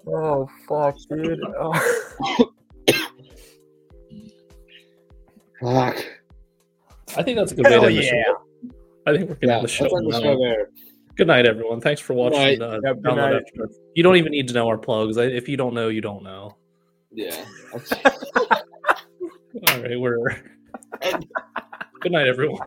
oh fuck, dude. Oh. Fuck. I think that's a good way to Hell end the yeah. show. I think we're gonna Yeah, end the let's show. end the now. show there. Good night, everyone. Thanks for watching. night. Uh, Yep, good Download night. After. You don't even need to know our plugs. I- If you don't know, you don't know. Yeah. All right, we're. And- good night, everyone.